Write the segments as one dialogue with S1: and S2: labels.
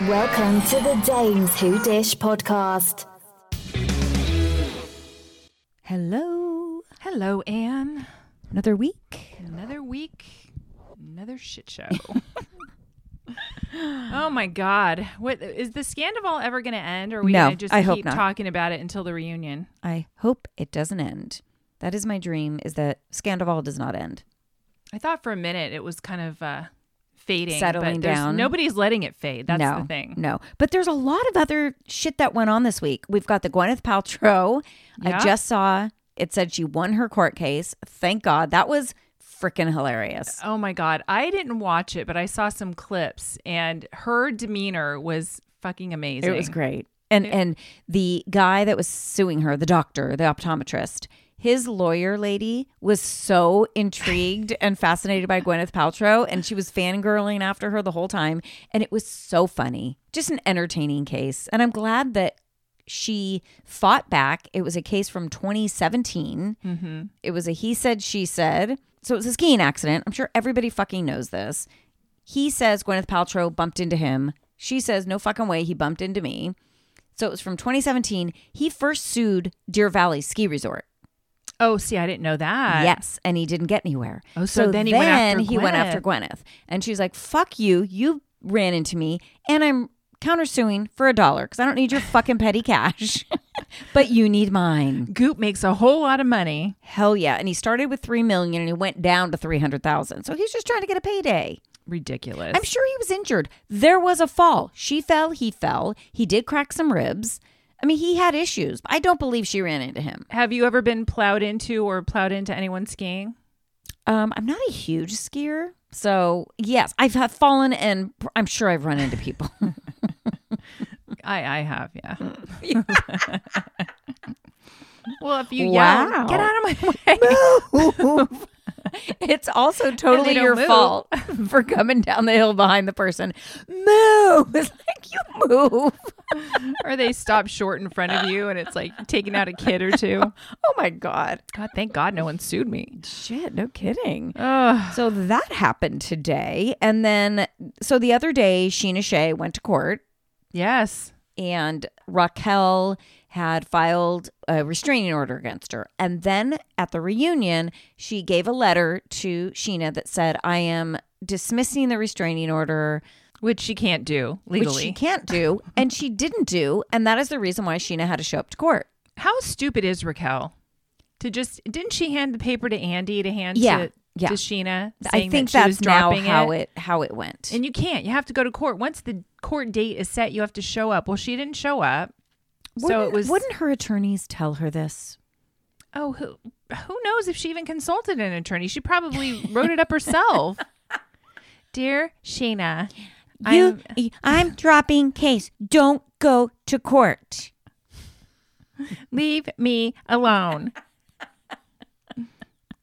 S1: Welcome to the Dames Who Dish podcast.
S2: Hello.
S3: Hello, Anne.
S2: Another week.
S3: Another week, another shit show. oh my God! What is the Scandival ever going to end? Or are we
S2: No,
S3: going to just
S2: I
S3: keep
S2: hope not.
S3: talking about it until the reunion?
S2: I hope it doesn't end. That is my dream is that Scandival does not end.
S3: I thought for a minute it was kind of uh, fading,
S2: Settling
S3: but there's-
S2: down.
S3: Nobody's letting it fade. That's
S2: no,
S3: the thing.
S2: No. But there's a lot of other shit that went on this week. We've got the Gwyneth Paltrow.
S3: Yeah.
S2: I just saw it said she won her court case. Thank God. That was freaking hilarious.
S3: Oh my God! I didn't watch it, but I saw some clips, and her demeanor was fucking amazing.
S2: It was great. And and the guy that was suing her, the doctor, the optometrist, his lawyer lady was so intrigued and fascinated by Gwyneth Paltrow, and she was fangirling after her the whole time. And it was so funny, just an entertaining case. And I'm glad that she fought back. It was a case from 2017. It was a he said, she said. So it was a skiing accident. I'm sure everybody fucking knows this. He says Gwyneth Paltrow bumped into him. She says, no fucking way, he bumped into me. So it was from 2017. He first sued Deer Valley Ski Resort.
S3: Oh, see, I didn't know that.
S2: yes, and he didn't get anywhere.
S3: Oh, so then he went after
S2: he went
S3: Gwyneth.
S2: after Gwyneth, and she's like, "Fuck you! You ran into me, and I'm countersuing for a dollar because I don't need your fucking petty cash, but you need mine."
S3: Goop makes a whole lot of money.
S2: Hell yeah! And he started with three million, and he went down to three hundred thousand. So he's just trying to get a payday.
S3: Ridiculous.
S2: I'm sure he was injured. There was a fall. She fell. He fell. He did crack some ribs. I mean, he had issues. I don't believe she ran into him.
S3: Have you ever been plowed into or plowed into anyone skiing?
S2: Um, I'm not a huge skier, so yes, I've have fallen and pr- I'm sure I've run into people.
S3: I I have, yeah.
S2: Mm.
S3: well, if you
S2: Wow.
S3: yell, get out of my way.
S2: it's also totally
S3: don't
S2: your
S3: move.
S2: fault for coming down the hill behind the person. Move! It's like you move.
S3: or they stop short in front of you and it's like taking out a kid or two.
S2: Oh my god!
S3: God, thank God no one sued me.
S2: Shit! No kidding.
S3: Ugh.
S2: So that happened today, and then so the other day, Sheena Shea went to court,
S3: Yes.
S2: and Raquel had filed a restraining order against her. And then at the reunion, she gave a letter to Sheena that said, I am dismissing the restraining order,
S3: Which she can't do legally.
S2: which she can't do. and she didn't do. And that is the reason why Sheena had to show up to court.
S3: How stupid is Raquel? To just didn't she hand the paper to Andy to hand
S2: Yeah,
S3: to,
S2: yeah.
S3: to Sheena?
S2: I
S3: saying
S2: think
S3: that she was
S2: that's now
S3: dropping
S2: how
S3: it.
S2: it. how it went.
S3: And you can't. You have to go to court. Once the court date is set, you have to show up. Well, she didn't show up. so it
S2: Wouldn't-
S3: was
S2: wouldn't her attorneys tell her this?
S3: Oh, who who knows if she even consulted an attorney? She probably wrote it up herself. Dear Sheena,
S2: You, I'm, I'm dropping case. Don't go to court.
S3: leave me alone.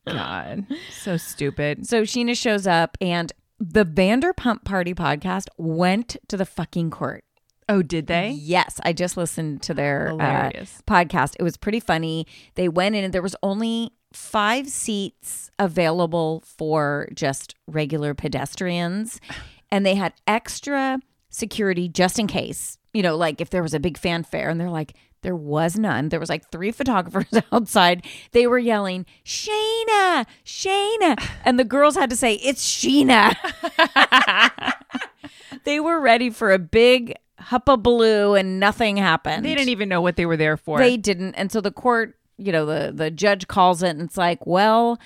S3: God, so stupid.
S2: So Sheena shows up, and the Vanderpump Party podcast went to the fucking court.
S3: Oh, did they?
S2: Yes, I just listened to their uh,
S3: Hilarious.
S2: podcast. It was pretty funny. They went in, and there was only five seats available for just regular pedestrians, and they had extra security just in case. You know, like if there was a big fanfare, and they're like, there was none. There was like three photographers outside. They were yelling, "Shayna, Shayna," and the girls had to say, "It's Sheena." they were ready for a big huppa baloo and nothing happened.
S3: They didn't even know what they were there for.
S2: They didn't. And so the court, you know, the the judge calls it and it's like, well,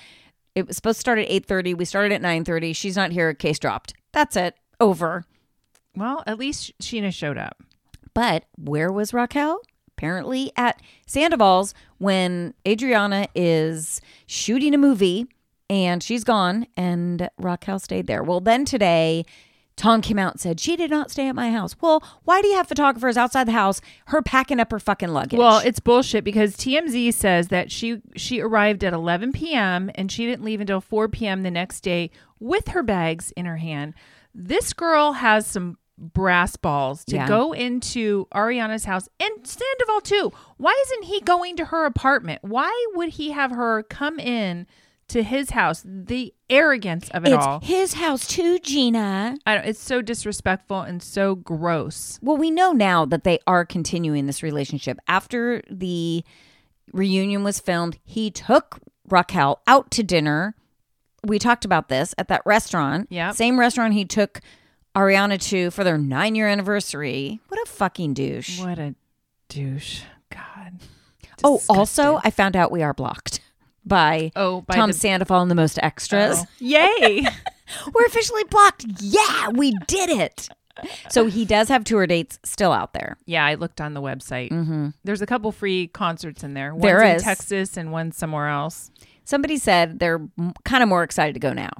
S2: it was supposed to start at 8:30. We started at 9:30. She's not here. Case dropped. That's it. Over.
S3: well, at least Sheena showed up.
S2: But where was Raquel? Apparently at Sandoval's when Adriana is shooting a movie and she's gone and Raquel stayed there. Well, then today, Tom came out and said, She did not stay at my house. Well, why do you have photographers outside the house, her packing up her fucking luggage?
S3: Well, it's bullshit because TMZ says that she she arrived at 11 p.m. and she didn't leave until 4 p.m. the next day with her bags in her hand. This girl has some brass balls to
S2: Yeah.
S3: go into Ariana's house and Sandoval too. Why isn't he going to her apartment? Why would he have her come in to his house. The arrogance of it
S2: it's
S3: all.
S2: his house too, Gina.
S3: I don't, it's so disrespectful and so gross.
S2: Well, we know now that they are continuing this relationship. After the reunion was filmed, he took Raquel out to dinner. We talked about this at that restaurant.
S3: Yep.
S2: Same restaurant he took Ariana to for their nine year anniversary. What a fucking douche.
S3: What a douche. God.
S2: Oh,
S3: Disgusted.
S2: also, I found out we are blocked by,
S3: Oh, by
S2: Tom
S3: the-
S2: Sandoval and the Most Extras.
S3: Oh. Yay.
S2: We're officially blocked. Yeah, we did it. So he does have tour dates still out there.
S3: yeah, I looked on the website. There's a couple free concerts in there. One's
S2: Mm-hmm. There
S3: in
S2: is.
S3: Texas and one somewhere else.
S2: Somebody said they're kind of more excited to go now.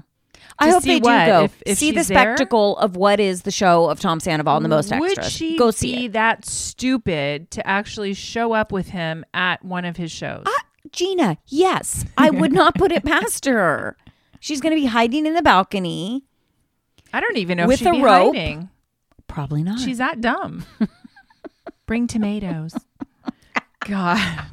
S2: I
S3: To
S2: hope
S3: see
S2: they do
S3: what?
S2: go.
S3: If- if
S2: see the
S3: she's there?
S2: spectacle of what is the show of Tom Sandoval and the Most
S3: Would
S2: Extras.
S3: she
S2: go see
S3: be
S2: it.
S3: that stupid to actually show up with him at one of his shows?
S2: Ah, Gina, yes, I would not put it past her. She's going to be hiding in the balcony.
S3: I don't even know
S2: With
S3: if she'd
S2: a
S3: be
S2: rope?
S3: hiding.
S2: Probably not.
S3: She's that dumb. Bring tomatoes. God.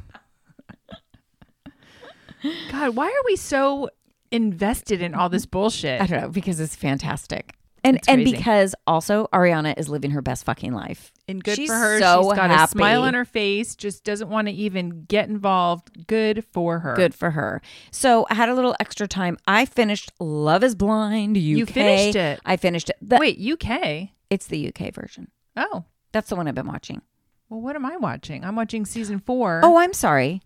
S3: God, why are we so invested in all this bullshit?
S2: I don't know because it's fantastic. And and
S3: crazy.
S2: because also Ariana is living her best fucking life.
S3: And good
S2: She's
S3: for her.
S2: so
S3: She's got
S2: happy.
S3: a smile on her face, just doesn't want to even get involved. Good for her.
S2: Good for her. So I had a little extra time. I finished Love is Blind UK.
S3: You finished it?
S2: I finished it. The-
S3: Wait, UK.
S2: It's the UK version.
S3: Oh.
S2: That's the one I've been watching.
S3: Well, what am I watching? I'm watching season four.
S2: Oh, I'm sorry.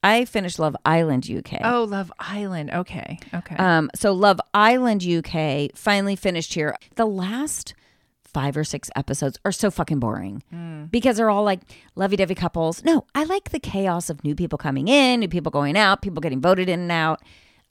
S2: I finished Love Island UK.
S3: Oh, Love Island. Okay. Okay.
S2: Um, so Love Island UK finally finished here. The last five or six episodes are so fucking boring because they're all like lovey-dovey couples. No, I like the chaos of new people coming in, new people going out, people getting voted in and out.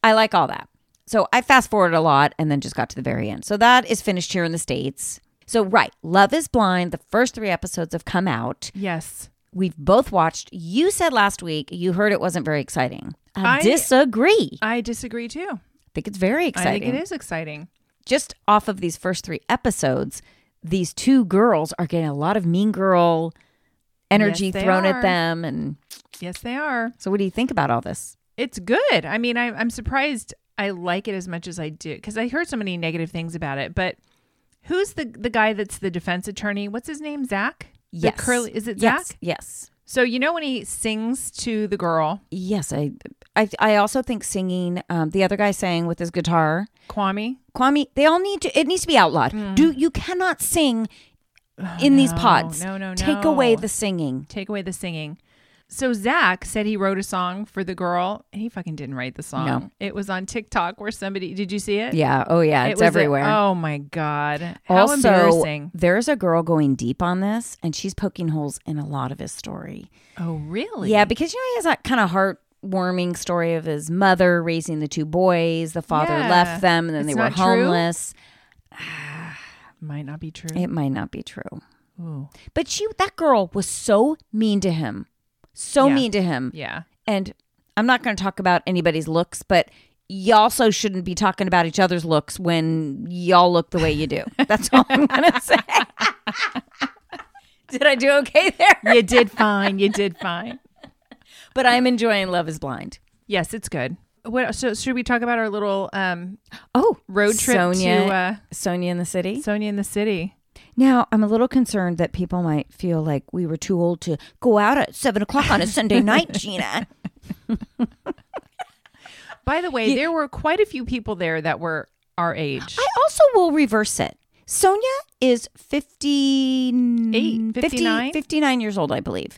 S2: I like all that. So I fast forwarded a lot and then just got to the very end. So that is finished here in the States. So right, Love is Blind, the first three episodes have come out.
S3: yes.
S2: We've both watched. You said last week you heard it wasn't very exciting. I,
S3: I-
S2: disagree. I
S3: I disagree too.
S2: think it's very exciting
S3: I think it is exciting.
S2: just off of these first three episodes, these two girls are getting a lot of mean girl energy
S3: Yes, they
S2: thrown at
S3: are.
S2: them. And
S3: Yes, they are.
S2: so, what do you think about all this?
S3: It's good. I mean, I, I'm surprised I like it as much as I do because I heard so many negative things about it. But who's the the guy that's the defense attorney? What's his name? Zach. The
S2: Yes,
S3: curly. Is it
S2: yes,
S3: Zach?
S2: Yes,
S3: So you know when he sings to the girl
S2: yes. I, I, I also think singing. Um, the other guy sang with his guitar.
S3: Kwame.
S2: Kwame, they all need to. It needs to be outlawed. Do you cannot sing in these
S3: Hmm. Oh, no,
S2: pods?
S3: no, no,
S2: Take away
S3: no.
S2: the singing.
S3: Take away the singing. So Zach said he wrote a song for the girl, and he fucking didn't write the song.
S2: No.
S3: It was on TikTok where somebody. Did you see it?
S2: Yeah. Oh, yeah.
S3: It
S2: It's
S3: was a-
S2: everywhere.
S3: oh my god! How embarrassing!
S2: there's a girl going deep on this, and she's poking holes in a lot of his story.
S3: Oh really?
S2: Yeah, because you know he has that kind of heartwarming story of his mother raising the two boys. The father
S3: Yeah.
S2: left them, and then they
S3: It's
S2: were
S3: not true?
S2: homeless.
S3: might not be true.
S2: It might not be true,
S3: Ooh.
S2: but she that girl was so mean to him, so
S3: Yeah.
S2: mean to him.
S3: Yeah.
S2: And I'm not going to talk about anybody's looks, but you also shouldn't be talking about each other's looks when y'all look the way you do. That's all I'm going to say. Did I do okay there?
S3: You did fine. You did fine.
S2: But I'm enjoying Love Is Blind.
S3: Yes, it's good. What so should we talk about our little um
S2: Oh,
S3: road trip
S2: Sonia,
S3: to uh
S2: Sonia in the city.
S3: Sonia in the city?
S2: Now, I'm a little concerned that people might feel like we were too old to go out at seven o'clock on a Sunday night, Gina.
S3: By the way, there were quite a few people there that were our age.
S2: I also will reverse it. Sonia is 50,
S3: Eight, 59?
S2: 59 years old, I believe.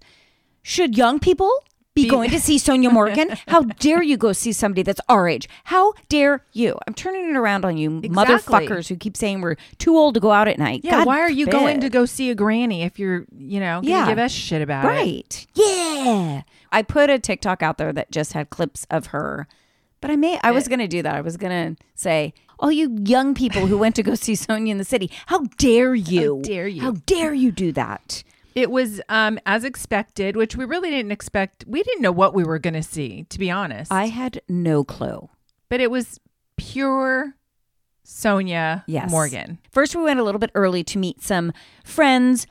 S2: Should young people be going to see Sonia Morgan? How dare you go see somebody that's our age? How dare you? I'm turning it around on you
S3: Exactly.
S2: motherfuckers who keep saying we're too old to go out at night.
S3: yeah,
S2: God
S3: why are you
S2: forbid.
S3: going to go see a granny if you're, you know, gonna
S2: Yeah.
S3: give us shit about it?
S2: Right. Yeah. I put a TikTok out there that just had clips of her. But I may I was
S3: Uh,
S2: gonna do that. I was gonna say, all you young people who went to go see Sonia in the city, how dare you?
S3: dare you.
S2: How dare you do that?
S3: It was um as expected, which we really didn't expect. We didn't know what we were going to see, to be honest.
S2: I had no clue.
S3: but it was pure Sonia
S2: Yes.
S3: Morgan.
S2: First we went a little bit early to meet some friends,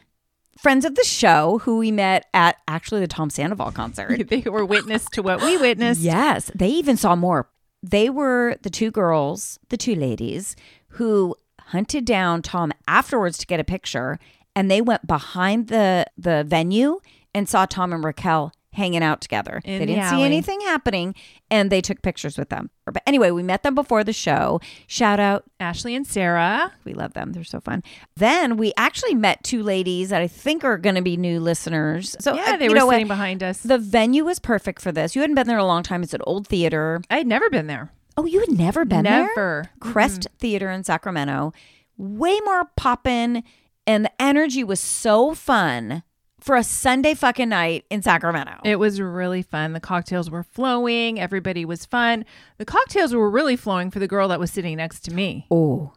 S2: friends of the show who we met at actually the Tom Sandoval concert.
S3: they were witness to what we witnessed.
S2: yes. They even saw more they were the two girls, the two ladies, who hunted down Tom afterwards to get a picture, and they went behind the the venue and saw Tom and Raquel hanging out together.
S3: In
S2: they
S3: the
S2: didn't see
S3: alley.
S2: anything happening, and they took pictures with them. But anyway, we met them before the show. Shout out
S3: Ashley and Sarah.
S2: we love them. They're so fun. Then we actually met two ladies that I think are going to be new listeners. So
S3: Yeah,
S2: uh,
S3: they
S2: you
S3: were
S2: know what?
S3: sitting behind us.
S2: The venue was perfect for this. You hadn't been there in a long time. It's an old theater.
S3: I had never been there.
S2: Oh, you had never been there?
S3: never. Mm-hmm.
S2: Crest Theater in Sacramento. Way more poppin', and the energy was so fun for a Sunday fucking night in Sacramento.
S3: It was really fun. The cocktails were flowing. Everybody was fun. The cocktails were really flowing for the girl that was sitting next to me.
S2: Oh.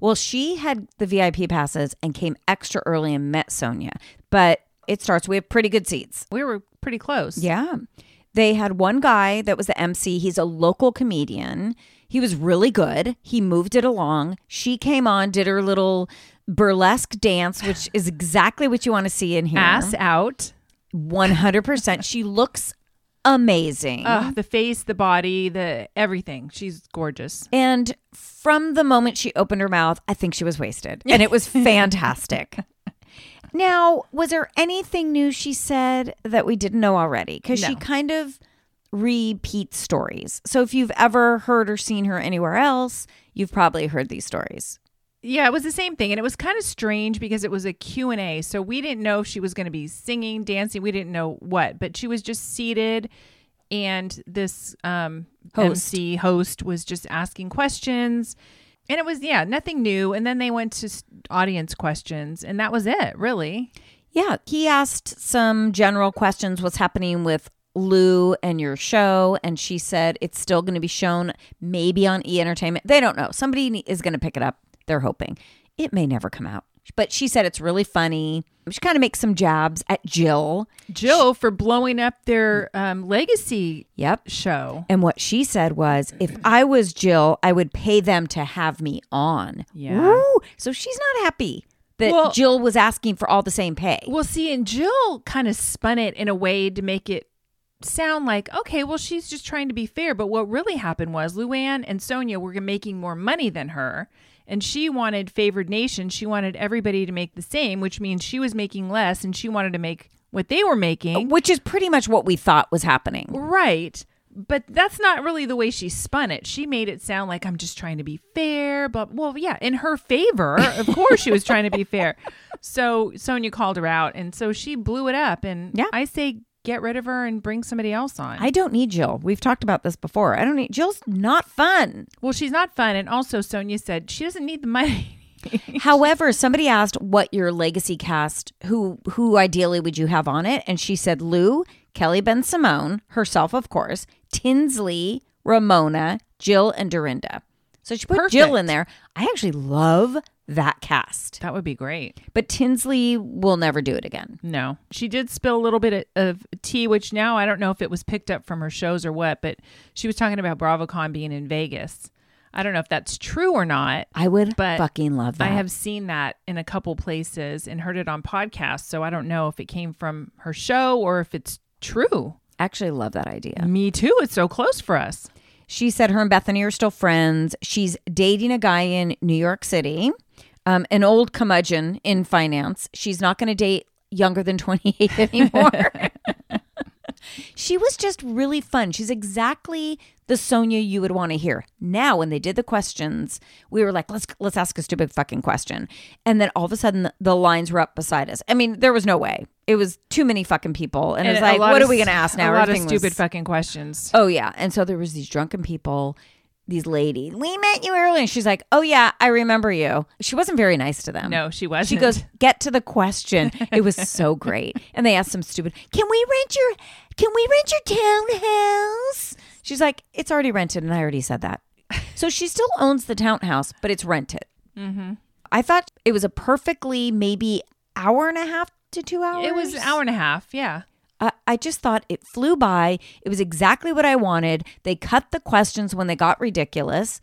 S2: Well, she had the VIP passes and came extra early and met Sonia. But it starts, we have pretty good seats.
S3: We were pretty close.
S2: Yeah. They had one guy that was the MC. He's a local comedian. He was really good. He moved it along. She came on, did her little burlesque dance, which is exactly what you want to see in here.
S3: Ass out.
S2: 100%. She looks amazing.
S3: Ugh, the face, the body, the everything. She's gorgeous.
S2: and from the moment she opened her mouth, I think she was wasted. And it was fantastic. now, was there anything new she said that we didn't know already? Because she
S3: No.
S2: kind of repeats stories. So if you've ever heard or seen her anywhere else, you've probably heard these stories.
S3: Yeah, it was the same thing and it was kind of strange because it was a Q&A. So we didn't know if she was going to be singing, dancing, we didn't know what, but she was just seated and this um
S2: Host.
S3: MC host was just asking questions. And it was yeah, nothing new and then they went to s- audience questions and that was it, really.
S2: Yeah, he asked some general questions what's happening with Lou and your show and she said it's still going to be shown maybe on E Entertainment. They don't know. Somebody ne- is going to pick it up. They're hoping. It may never come out. But she said it's really funny. She kind of makes some jabs at Jill.
S3: Jill for blowing up their um legacy
S2: Yep.
S3: show.
S2: And what she said was, if I was Jill, I would pay them to have me on.
S3: Yeah.
S2: Ooh, so she's not happy that
S3: Well-
S2: Jill was asking for all the same pay.
S3: Well, see, and Jill kind of spun it in a way to make it sound like, okay, well, she's just trying to be fair. But what really happened was Luann and Sonia were making more money than her. And she wanted favored nation. She wanted everybody to make the same, which means she was making less and she wanted to make what they were making.
S2: Which is pretty much what we thought was happening.
S3: Right. But that's not really the way she spun it. She made it sound like I'm just trying to be fair, but well, yeah, in her favor. Of course she was trying to be fair. So Sonia called her out and so she blew it up and
S2: Yeah.
S3: I say get rid of her and bring somebody else on.
S2: I don't need Jill. We've talked about this before. I don't need Jill's not fun.
S3: well, she's not fun and also Sonia said she doesn't need the money.
S2: However, somebody asked what your legacy cast who who ideally would you have on it and she said Lou, Kelly Ben Simone, herself of course, Tinsley, Ramona, Jill and Dorinda. So she put Jill in
S3: Perfect.
S2: there. I actually love that cast.
S3: that would be great.
S2: But Tinsley will never do it again.
S3: No. She did spill a little bit of tea, which now I don't know if it was picked up from her shows or what, but she was talking about BravoCon being in Vegas. I don't know if that's true or not.
S2: I would
S3: But
S2: fucking love that.
S3: I have seen that in a couple places and heard it on podcasts. So I don't know if it came from her show or if it's true.
S2: actually love that idea.
S3: Me too. It's so close for us.
S2: She said her and Bethany are still friends. She's dating a guy in New York City, um, an old curmudgeon in finance. She's not going to date younger than 28 anymore. she was just really fun. She's exactly the Sonia you would want to hear. Now, when they did the questions, we were like, let's let's ask a stupid fucking question. And then all of a sudden, the lines were up beside us. I mean, there was no way. It was too many fucking people. And, it was
S3: a
S2: like,
S3: lot
S2: what
S3: of
S2: are we going
S3: s-
S2: to ask now?
S3: A lot of
S2: Everything was-
S3: stupid fucking questions.
S2: Oh yeah. And so there was these drunken people, these ladies. We met you earlier. And she's like, Oh yeah, I remember you. She wasn't very nice to them.
S3: No, she wasn't.
S2: She goes, get to the question. It was so great. And they asked some stupid, Can we rent your can we rent your townhouse? She's like, It's already rented, and I already said that. So she still owns the townhouse, but it's rented.
S3: Mm-hmm.
S2: I thought it was a perfectly maybe hour and a half to two hours.
S3: It was an hour and a half. Yeah.
S2: I, I just thought it flew by. It was exactly what I wanted. They cut the questions when they got ridiculous.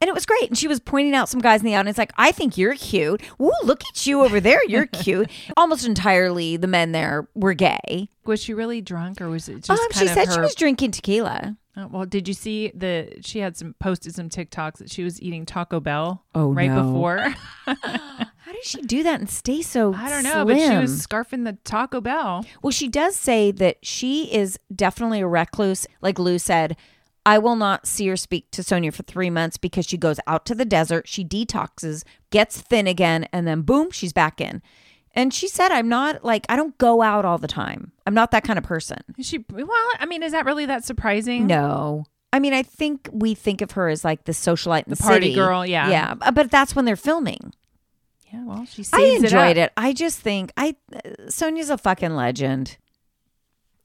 S2: And it was great. And she was pointing out some guys in the audience, like, I think you're cute. Ooh, look at you over there. You're cute. Almost entirely the men there were gay.
S3: Was she really drunk or was it
S2: Um,
S3: just kind
S2: she
S3: of
S2: said
S3: her?
S2: she was drinking tequila.
S3: Uh, Well, did you see the? She had some posted some TikToks that she was eating Taco Bell.
S2: Oh,
S3: right
S2: no.
S3: before.
S2: How did she do that and stay so?
S3: I don't know, but she
S2: slim?
S3: was scarfing the Taco Bell.
S2: Well, she does say that she is definitely a recluse. Like Lou said, I will not see or speak to Sonia for three months because she goes out to the desert, she detoxes, gets thin again, and then boom, she's back in. And she said, I'm not like, I don't go out all the time. I'm not that kind of person.
S3: She well, I mean, is that really that surprising?
S2: No. I mean, I think we think of her as like the socialite in the,
S3: party
S2: city.
S3: girl, yeah.
S2: Yeah. b- But that's when they're filming.
S3: Yeah, well, she
S2: I
S3: saves
S2: enjoyed
S3: it.
S2: it, I just think I uh, Sonia's a fucking legend.
S3: up.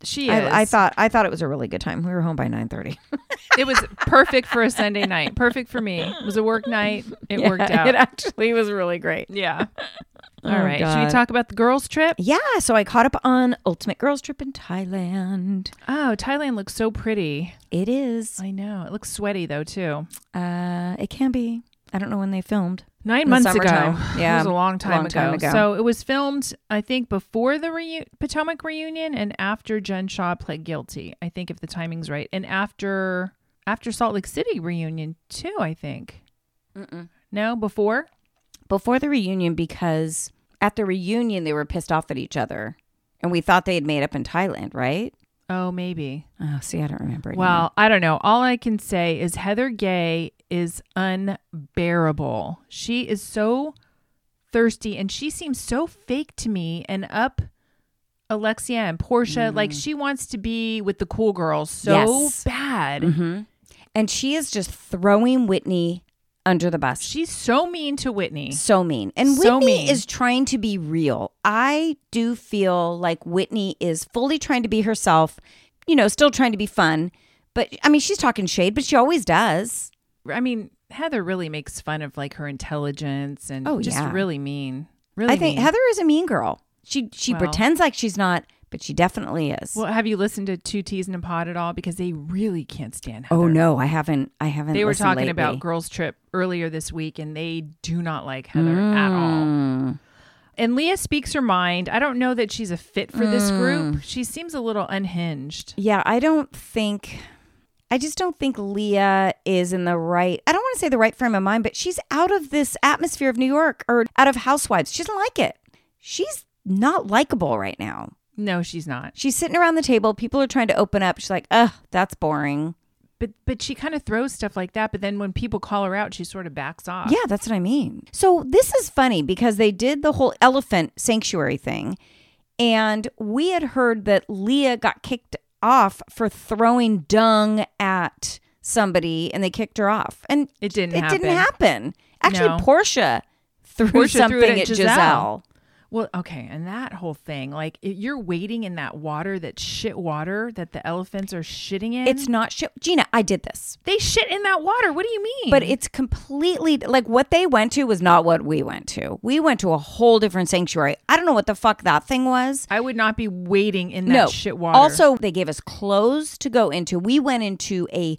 S3: She is.
S2: I, I thought I thought it was a really good time. We were home by nine thirty.
S3: it was perfect for a Sunday night. Perfect for me. It was a work night. It worked out.
S2: It actually was really great.
S3: yeah.
S2: Oh,
S3: All right. Should
S2: God.
S3: we talk about the girls' trip?
S2: Yeah, so I caught up on Ultimate Girls Trip in Thailand.
S3: Oh, Thailand looks so pretty.
S2: It is.
S3: I know. It looks sweaty though too.
S2: Uh, it can be. I don't know when they filmed.
S3: Nine
S2: In the
S3: months ago.
S2: summertime.
S3: it
S2: Yeah,
S3: was a long time,
S2: long
S3: ago.
S2: time ago.
S3: So it was filmed, I think, before the reu- Potomac reunion and after Jen Shaw pled guilty. I think if the timing's right, and after after Salt Lake City reunion too. I think. No, before.
S2: Before the reunion, because at the reunion they were pissed off at each other, and we thought they had made up in Thailand, right?
S3: Oh, maybe.
S2: Oh, see, I don't remember. anymore.
S3: Well, I don't know. All I can say is Heather Gay is unbearable. She is so thirsty and she seems so fake to me and up Alexia and Portia. Like she wants to be with the cool girls so
S2: Mm. Yes. Mm-hmm.
S3: bad.
S2: and she is just throwing Whitney under the bus.
S3: She's so mean to Whitney.
S2: So mean. And
S3: So
S2: Whitney
S3: mean.
S2: is trying to be real. I do feel like Whitney is fully trying to be herself, you know, still trying to be fun. But I mean, she's talking shade, but she always does.
S3: I mean, Heather really makes fun of like her intelligence and
S2: Oh,
S3: just
S2: yeah.
S3: really mean. Really
S2: I think
S3: mean.
S2: Heather is a mean girl. She she
S3: Well.
S2: pretends like she's not, but she definitely is.
S3: Well, have you listened to Two Teas and a Pod at all? Because they really can't stand Heather.
S2: oh no, I haven't. I haven't.
S3: They were
S2: listened
S3: talking
S2: lately.
S3: about Girls Trip earlier this week, and they do not like Heather at all.
S2: Mm.
S3: And Leah speaks her mind. I don't know that she's a fit for this
S2: Mm.
S3: group. She seems a little unhinged.
S2: Yeah, I don't think. I just don't think Leah is in the right. I don't want to say the right frame of mind, but she's out of this atmosphere of New York or out of Housewives. She doesn't like it. She's not likable right now.
S3: No, she's not.
S2: She's sitting around the table. People are trying to open up. She's like, ugh, that's boring.
S3: But but she kind of throws stuff like that. But then when people call her out, she sort of backs off.
S2: Yeah, that's what I mean. So this is funny because they did the whole elephant sanctuary thing. And we had heard that Leah got kicked off for throwing dung at somebody and they kicked her off. And
S3: It didn't
S2: it
S3: happen.
S2: didn't happen. Actually,
S3: No.
S2: Portia threw
S3: Portia threw
S2: something
S3: it at
S2: at
S3: Giselle.
S2: Giselle.
S3: Well, okay, and that whole thing, like i- you're wading in that water, that shit water that the elephants are shitting in.
S2: It's not shit. Gina, I did this.
S3: they shit in that water. What do you mean?
S2: But it's completely like what they went to was not what we went to. We went to a whole different sanctuary. I don't know what the fuck that thing was.
S3: I would not be wading in that
S2: no.
S3: shit water.
S2: Also, they gave us clothes to go into. We went into a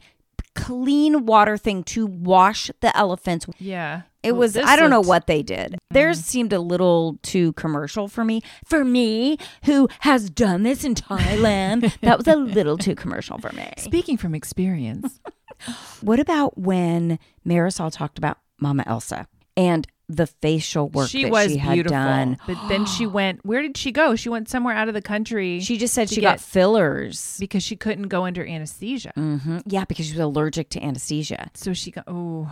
S2: clean water thing to wash the elephants.
S3: Yeah.
S2: It
S3: Well,
S2: was
S3: this Mm-hmm.
S2: I don't know
S3: looked-
S2: what they did. Theirs seemed a little too commercial for me. For me, who has done this in Thailand, that was a little too commercial for me.
S3: Speaking from experience,
S2: What about when Marisol talked about Mama Elsa and the facial work
S3: she
S2: that
S3: was
S2: she had
S3: beautiful.
S2: done?
S3: But then she went. Where did she go? She went somewhere out of the country.
S2: She just said
S3: To
S2: she
S3: get-
S2: got fillers.
S3: because she couldn't go under anesthesia.
S2: Mhm. Yeah, because she was allergic to anesthesia.
S3: So she got. Oh,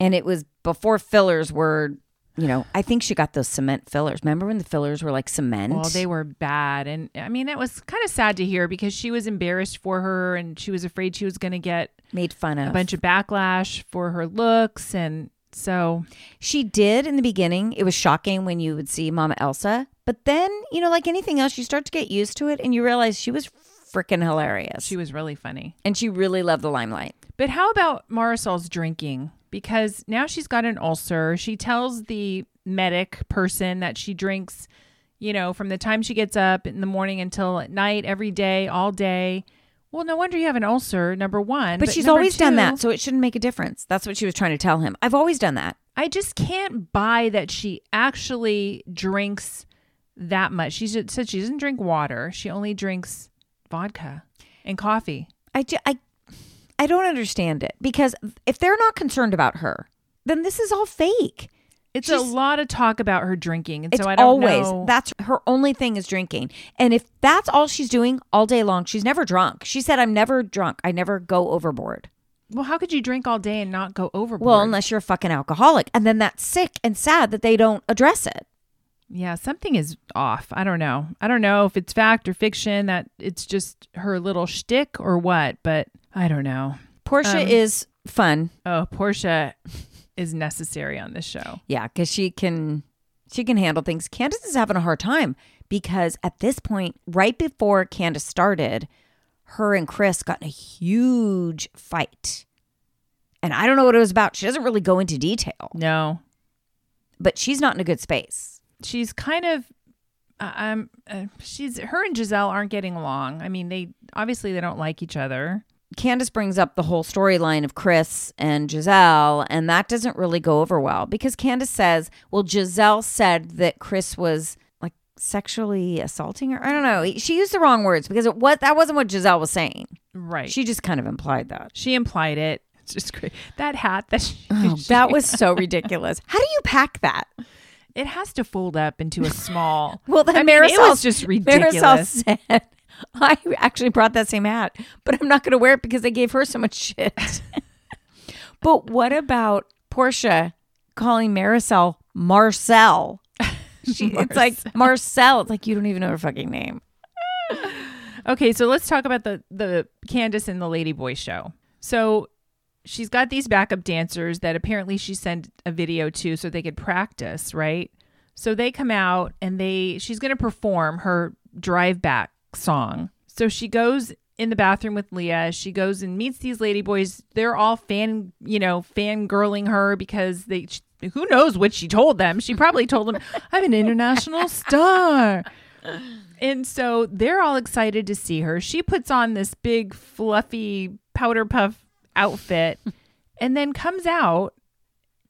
S2: And it was before fillers were, you know, I think she got those cement fillers. Remember when the fillers were like cement?
S3: well, they were bad, and I mean that was kind of sad to hear because she was embarrassed for her, and she was afraid she was going to get
S2: made fun of.
S3: a bunch of backlash for her looks, and so
S2: She did in the beginning. It was shocking when you would see Mama Elsa. But then, you know, like anything else, you start to get used to it and you realize she was freaking hilarious.
S3: she was really funny.
S2: and she really loved the limelight.
S3: But how about Marisol's drinking? Because now she's got an ulcer. She tells the medic person that she drinks, you know, from the time she gets up in the morning until at night, every day, all day. Well, no wonder you have an ulcer, number one.
S2: But, she's
S3: number
S2: always done that,
S3: two,
S2: so it shouldn't make a difference. That's what she was trying to tell him. I've always done that.
S3: I just can't buy that she actually drinks that much. She just said she doesn't drink water, she only drinks vodka and coffee.
S2: I, ju- I I don't understand it because if they're not concerned about her, then this is all fake.
S3: It's a
S2: She's-
S3: lot of talk about her drinking, and
S2: It's
S3: so I don't
S2: always
S3: know.
S2: that's her only thing is drinking. And if that's all she's doing all day long, she's never drunk. She said, "I'm never drunk. I never go overboard."
S3: well, how could you drink all day and not go overboard?
S2: Well, unless you're a fucking alcoholic, and then that's sick and sad that they don't address it.
S3: yeah, something is off. I don't know. I don't know if it's fact or fiction that it's just her little shtick or what, but I don't know.
S2: Portia
S3: Um,
S2: is fun,
S3: Oh, Portia is necessary on this show.
S2: yeah, because she can she can handle things. Candace is having a hard time because at this point, right before Candace started, her and Chris got in a huge fight, and I don't know what it was about. She doesn't really go into detail,
S3: No,
S2: but she's not in a good space.
S3: she's kind of I- I'm uh, she's her and Giselle aren't getting along. I mean, they obviously they don't like each other.
S2: Candace brings up the whole storyline of Chris and Giselle, and that doesn't really go over well because Candace says, well, Giselle said that Chris was like sexually assaulting her. I don't know. She used the wrong words because it was, that wasn't what Giselle was saying.
S3: Right. She
S2: She just kind of implied that.
S3: she implied it. It's just great. That hat that she,
S2: That was so ridiculous. How do you pack that?
S3: it has to fold up into a small.
S2: Well, then
S3: I mean,
S2: Marisol,
S3: it was just ridiculous.
S2: Marisol said, I actually brought that same hat, but I'm not going to wear it because they gave her so much shit. but what about Portia calling Marisol Marcel? She, It's like Marcel. It's like you don't even know her fucking name.
S3: Okay, so let's talk about the the Candace and the Ladyboy show. So she's got these backup dancers that apparently she sent a video to so they could practice, right? So they come out and they she's going to perform her drive back song. So she goes in the bathroom with Leah. She goes and meets these ladyboys. They're all fan, you know, fangirling her because they who knows what she told them. She probably told them, "I'm an international star." And so they're all excited to see her. She puts on this big, fluffy powder puff outfit and then comes out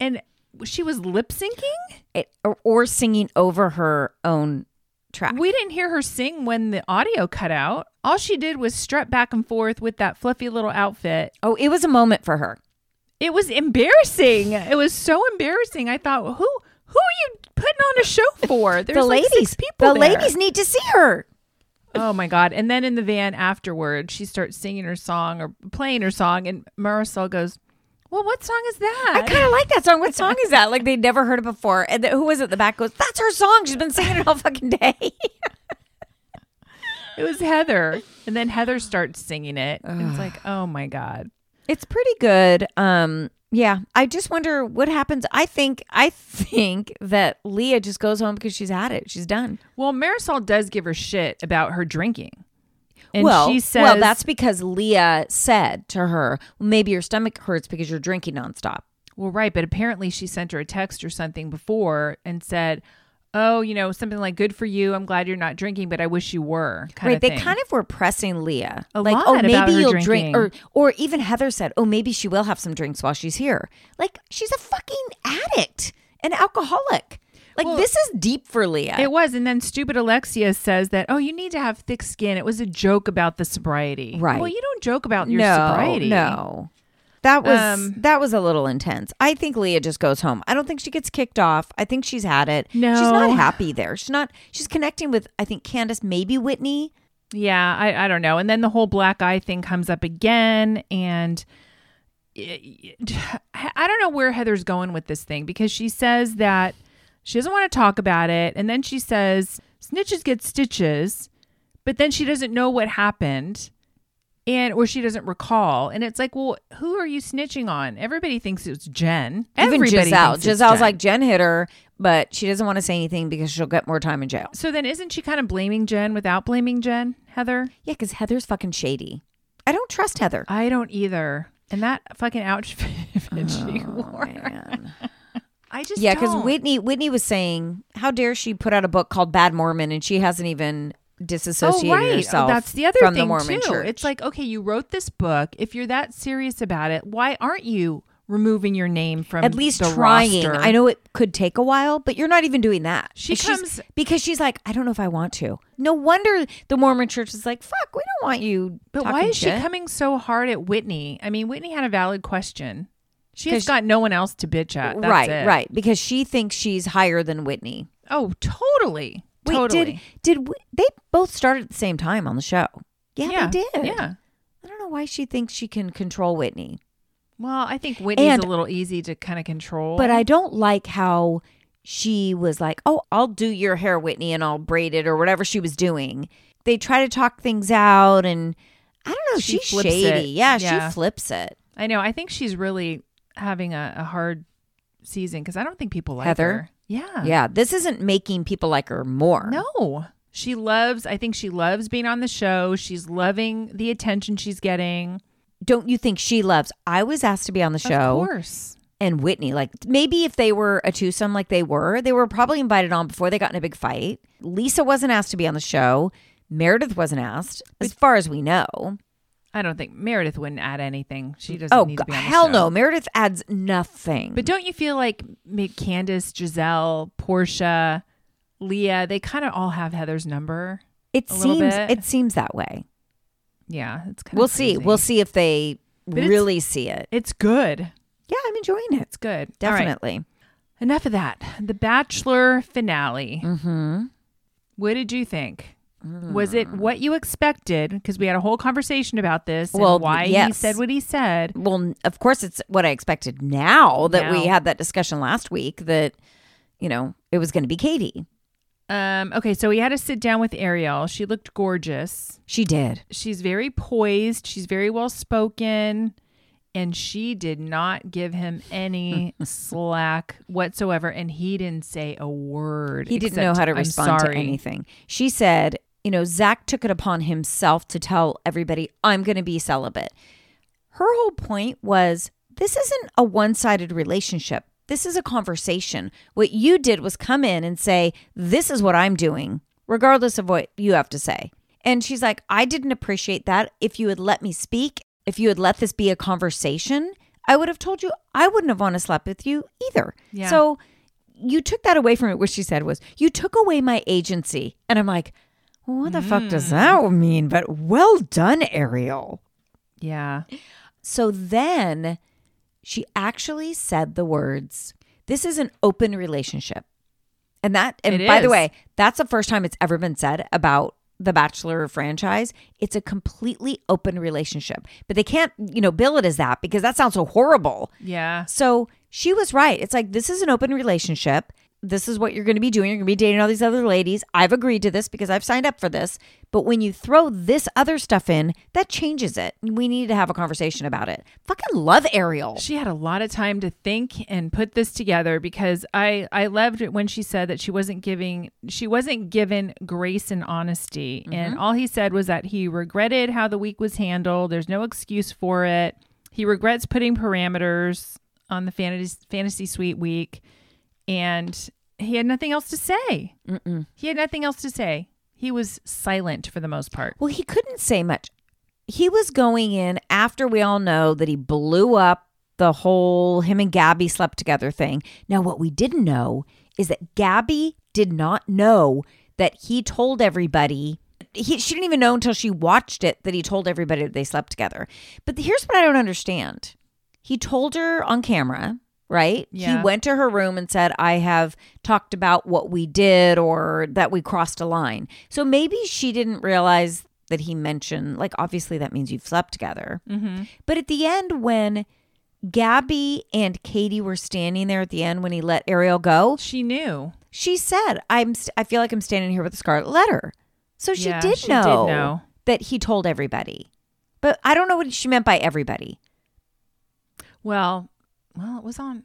S3: and she was lip syncing.
S2: It, or, or singing over her own track.
S3: We didn't hear her sing when the audio cut out. All she did was strut back and forth with that fluffy little outfit.
S2: oh, it was a moment for her.
S3: It was embarrassing. It was so embarrassing. I thought, who who are you putting on a show for? There's
S2: the
S3: like
S2: ladies,
S3: six people.
S2: the
S3: there.
S2: ladies need to see her.
S3: Oh my god! And then in the van afterward, she starts singing her song or playing her song, and Marisol goes, "Well, what song is that?"
S2: I kind of like that song. What song is that? Like they'd never heard it before. And the, who was it? at The back goes, "That's her song. She's been singing it all fucking day."
S3: it was Heather, and then Heather starts singing it. And it's like, oh my god!
S2: It's pretty good. Um, yeah. I just wonder what happens. I think I think that Leah just goes home because she's had it. She's done.
S3: Well, Marisol does give her shit about her drinking, and
S2: well,
S3: she says,
S2: well, that's because Leah said to her, "Maybe your stomach hurts because you're drinking nonstop."
S3: Well, right, but apparently she sent her a text or something before and said, "Oh, you know, something like good for you. I'm glad you're not drinking, but I wish you were." Kind
S2: right?
S3: of
S2: They
S3: thing.
S2: kind of were pressing Leah,
S3: A
S2: like,
S3: lot
S2: "Oh,
S3: about
S2: maybe
S3: her
S2: you'll
S3: drinking.
S2: drink," or or even Heather said, "Oh, maybe she will have some drinks while she's here." Like she's a fucking addict, an alcoholic. Like
S3: Well,
S2: this is deep for Leah.
S3: It was. And then stupid Alexia says that, oh, you need to have thick skin. It was a joke about the sobriety.
S2: Right.
S3: Well, you don't joke about your sobriety.
S2: No. That was
S3: Um,
S2: that was a little intense. I think Leah just goes home. I don't think she gets kicked off. I think she's had it.
S3: No.
S2: She's not happy there. She's not she's connecting with I think Candace, maybe Whitney.
S3: Yeah, I, I don't know. And then the whole black eye thing comes up again. And I I don't know where Heather's going with this thing because she says that she doesn't want to talk about it. And then she says, snitches get stitches, but then she doesn't know what happened. And or she doesn't recall, and it's like, well, who are you snitching on? Everybody thinks it's Jen. Everybody
S2: Even Giselle.
S3: thinks it's
S2: Giselle's
S3: Jen.
S2: like Jen hit her, but she doesn't want to say anything because she'll get more time in jail.
S3: So then isn't she kind of blaming Jen without blaming Jen, Heather?
S2: Yeah, because Heather's fucking shady. I don't trust Heather.
S3: I don't either. And that fucking outfit she wore.
S2: Oh, Man.
S3: I just
S2: yeah, because
S3: don't.
S2: Whitney Whitney was saying, How dare she put out a book called Bad Mormon and she hasn't even disassociated herself
S3: Oh, That's the other
S2: from
S3: thing
S2: the Mormon
S3: too.
S2: church.
S3: It's like, okay, you wrote this book. If you're that serious about it, why aren't you removing your name from
S2: At least
S3: the
S2: trying.
S3: roster.
S2: I know it could take a while, but you're not even doing that.
S3: She
S2: And she's-
S3: comes-
S2: because she's like, I don't know if I want to. No wonder the Mormon Church is like, fuck, we don't want you.
S3: But why
S2: talking
S3: is she
S2: shit."
S3: coming so hard at Whitney? I mean, Whitney had a valid question. She
S2: 'Cause
S3: has
S2: she-
S3: got no one else to bitch at. That's
S2: right,
S3: it.
S2: right, because she thinks she's higher than Whitney.
S3: Oh, totally.
S2: Wait,
S3: totally.
S2: did did Whit- they both started at the same time on the show? Yeah,
S3: yeah,
S2: they did.
S3: Yeah.
S2: I don't know why she thinks she can control Whitney,
S3: Well, I think Whitney's
S2: And-
S3: a little easy to kind of control.
S2: but I don't like how she was like, "Oh, I'll do your hair, Whitney, and I'll braid it or whatever she was doing." They try to talk things out, and I don't know.
S3: She
S2: she's
S3: flips
S2: shady.
S3: it.
S2: Yeah,
S3: Yeah.
S2: she flips it.
S3: I know. I think she's really having a, a hard season because I don't think people like
S2: Heather?
S3: her. Yeah.
S2: Yeah, this isn't making people like her more.
S3: No. She loves, I think she loves being on the show. She's loving the attention she's getting.
S2: Don't you think she loves? I was asked to be on the show.
S3: Of course.
S2: and Whitney. Like maybe if they were a twosome like they were, they were probably invited on before they got in a big fight. Lisa wasn't asked to be on the show. Meredith wasn't asked, as far as we know.
S3: I don't think Meredith wouldn't add anything. She doesn't
S2: Oh,
S3: need
S2: go-
S3: to be on the
S2: hell
S3: show.
S2: no. Meredith adds nothing.
S3: But don't you feel like ma- Candace, Giselle, Portia, Leah, they kind of all have Heather's number?
S2: it
S3: a little
S2: seems
S3: bit.
S2: it seems that way.
S3: Yeah, it's kind
S2: We'll see. We'll see if they
S3: it's-
S2: really see it.
S3: It's good.
S2: Yeah, I'm enjoying it.
S3: It's good. All right.
S2: Definitely.
S3: Enough of that. The Bachelor finale. Mm-hmm. What did you think? Was
S2: Mm.
S3: it what you expected? Because we had a whole conversation about this and
S2: Well,
S3: why he
S2: yes.
S3: said what he said.
S2: Well, n- of course, it's what I expected now that we
S3: Now.
S2: had that discussion last week that, you know, it was going to be Katie.
S3: Um, okay, so he had to sit down with Ariel. She looked gorgeous.
S2: She did.
S3: She's very poised. She's very well spoken. And she did not give him any slack whatsoever. And he didn't say a word.
S2: He didn't know
S3: except,
S2: how to
S3: "I'm
S2: respond to
S3: sorry."
S2: anything. She said, you know, Zach took it upon himself to tell everybody, I'm going to be celibate. Her whole point was this isn't a one sided relationship. This is a conversation. What you did was come in and say, This is what I'm doing, regardless of what you have to say. And she's like, I didn't appreciate that. If you had let me speak, if you had let this be a conversation, I would have told you I wouldn't have wanted to sleep with you either.
S3: Yeah.
S2: So you took that away from it. What she said was, You took away my agency. And I'm like, What the fuck
S3: Hmm.
S2: does that mean? But well done, Ariel.
S3: Yeah.
S2: So then she actually said the words, This is an open relationship. And that, and
S3: It
S2: by the
S3: is.
S2: way, that's the first time it's ever been said about the Bachelor franchise. It's a completely open relationship, but they can't, you know, bill it as that because that sounds so horrible.
S3: Yeah.
S2: So she was right. It's like, this is an open relationship. This is what you're going to be doing. You're going to be dating all these other ladies. I've agreed to this because I've signed up for this. But when you throw this other stuff in, that changes it. We need to have a conversation about it. Fucking love Ariel.
S3: She had a lot of time to think and put this together because I I loved it when she said that she wasn't giving she wasn't given grace and honesty and all he said was that he regretted how the week was handled. There's no excuse for it. He regrets putting parameters on the fantasy fantasy suite week and he had nothing else to say. He had nothing else to say. He was silent for the most part.
S2: Well, he couldn't say much. He was going in after we all know that he blew up the whole him and Gabby slept together thing. Now, what we didn't know is that Gabby did not know that he told everybody. He, she didn't even know until she watched it that he told everybody that they slept together. But here's what I don't understand. He told her on camera, right?
S3: Yeah.
S2: He went to her room and said, I have talked about what we did or that we crossed a line. So maybe she didn't realize that he mentioned, like, obviously that means you've slept together.
S3: Mm. Mm-hmm.
S2: But at the end, when Gabby and Katie were standing there at the end when he let Ariel go,
S3: She knew.
S2: she said, "I'm. St- I feel like I'm standing here with a scarlet letter." So she
S3: Yeah,
S2: did
S3: she did
S2: know
S3: know.
S2: that he told everybody, but I don't know what she meant by everybody.
S3: Well, well, it was on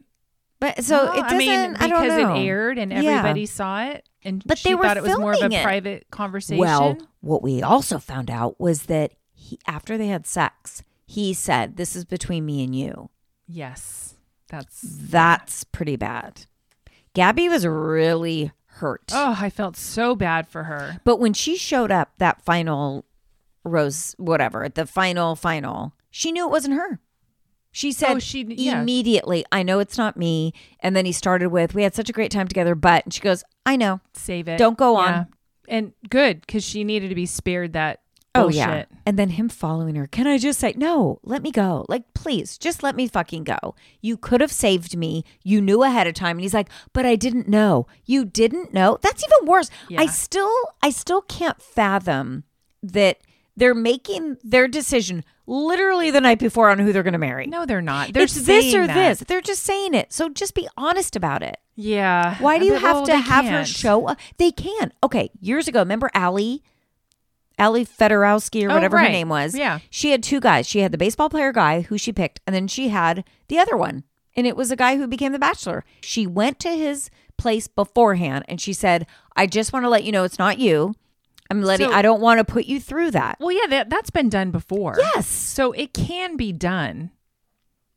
S2: But so
S3: Well,
S2: it doesn't.
S3: I
S2: I,
S3: mean, because
S2: don't know.
S3: it aired and
S2: Yeah.
S3: everybody saw it, and
S2: But
S3: she
S2: they were
S3: thought it was more of a
S2: filming it.
S3: private conversation.
S2: Well, what we also found out was that he, after they had sex, he said, "This is between me and you."
S3: yes, that's.
S2: That's pretty bad. Gabby was really hurt.
S3: Oh, I felt so bad for her.
S2: But when she showed up that final rose, whatever, at the final final, she knew it wasn't her. She said
S3: Oh, she- yeah.
S2: immediately, I know it's not me. And then he started with, We had such a great time together, but and she goes, I know.
S3: Save it.
S2: Don't go on.
S3: And good because she needed to be spared that.
S2: Oh
S3: bullshit.
S2: yeah. And then him following her. Can I just say, no, let me go. Like, please, just let me fucking go. You could have saved me. You knew ahead of time. And he's like, but I didn't know. You didn't know. That's even worse.
S3: Yeah.
S2: I still I still can't fathom that they're making their decision literally the night before on who they're gonna marry.
S3: No, they're not. They're
S2: it's this
S3: saying
S2: or
S3: that.
S2: this. They're just saying it. So just be honest about it.
S3: Yeah.
S2: Why do you
S3: But,
S2: have
S3: well,
S2: to
S3: "Oh, they
S2: have her
S3: can't.
S2: show up? They can. Okay, years ago, remember Allie? Allie Federowski or
S3: Oh,
S2: whatever her
S3: right.
S2: name was.
S3: Yeah.
S2: She had two guys. She had the baseball player guy who she picked, and then she had the other one. And it was a guy who became the bachelor. She went to his place beforehand and she said, I just want to let you know it's not you. I'm letting
S3: So-
S2: I don't want to put you through that.
S3: Well, yeah, that that's been done before.
S2: Yes.
S3: So it can be done.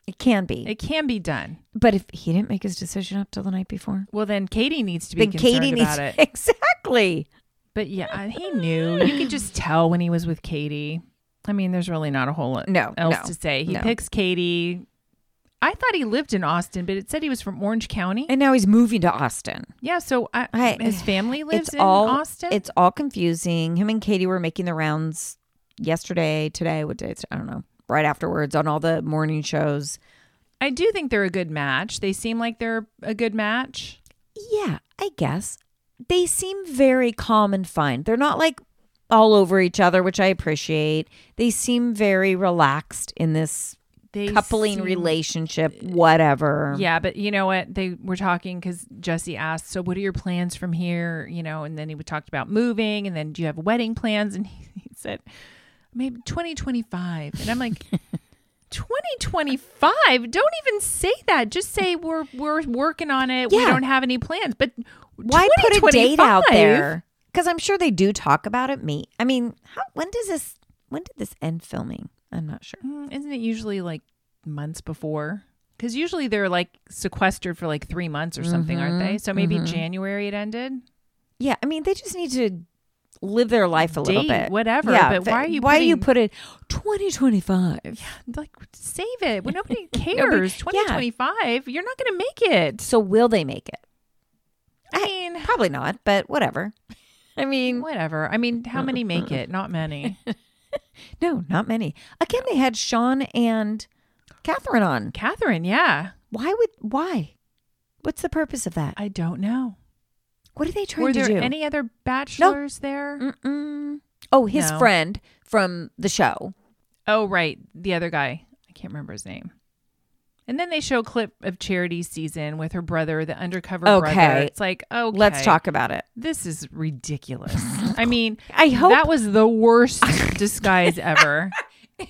S2: It can be.
S3: It can be done.
S2: but if he didn't make his decision up till the night before,
S3: Well, then Katie needs to be
S2: then
S3: concerned
S2: Katie needs
S3: about it.
S2: Exactly.
S3: But yeah, I- he knew. You could just tell when he was with Katie. I mean, there's really not a whole lot
S2: No,
S3: else
S2: no,
S3: to say. He
S2: no.
S3: picks Katie. I thought he lived in Austin, but it said he was from Orange County.
S2: And now he's moving to Austin.
S3: yeah, so I,
S2: I-
S3: his family lives in Austin.
S2: It's all confusing. Him and Katie were making the rounds yesterday, today, what day? It's, I don't know. Right afterwards on all the morning shows.
S3: I do think they're a good match. They seem like they're a good match.
S2: Yeah, I guess they seem very calm and fine. They're not like all over each other, which I appreciate. They seem very relaxed in this
S3: They
S2: coupling
S3: seem-
S2: relationship, whatever.
S3: Yeah, but you know what? They were talking because Jesse asked, "So, what are your plans from here?" You know, and then he talked about moving, and then do you have wedding plans? And he, he said, "Maybe 2025." And I'm like, "2025? Don't even say that. Just say we're we're working on it. We
S2: Yeah.
S3: don't have any plans." But
S2: Why put a date out
S3: 2025?
S2: there? Because I'm sure they do talk about it. Me, I mean, how, when does this? When did this end filming? I'm not sure.
S3: Mm, Isn't it usually like months before? Because usually they're like sequestered for like three months or something, aren't
S2: Mm-hmm.
S3: they? So maybe January it ended.
S2: Yeah, I mean, they just need to live their life a little
S3: Date,
S2: bit,
S3: whatever, but
S2: fa-
S3: why are you
S2: Why you
S3: putting-
S2: put it 2025?
S3: like save it. Well, nobody cares.
S2: Nobody- yeah.
S3: 2025, you're not going to make it.
S2: So will they make it?
S3: I mean,
S2: Probably not, but whatever. I mean,
S3: whatever. I mean, how many make it? Not many.
S2: no, not many. Again, they had Sean and Catherine on.
S3: Catherine, yeah.
S2: Why would why? What's the purpose of that?
S3: I don't know.
S2: What are they trying
S3: Were
S2: to
S3: there
S2: do?
S3: any other bachelors there?
S2: Mm. Mm-mm. Oh, his
S3: No.
S2: friend from the show.
S3: Oh, right. The other guy. I can't remember his name. And then they show a clip of charity season with her brother, the undercover brother.
S2: Okay.
S3: It's like, oh,
S2: Let's talk about it.
S3: This is ridiculous. I mean,
S2: I hope-
S3: that was the worst disguise ever.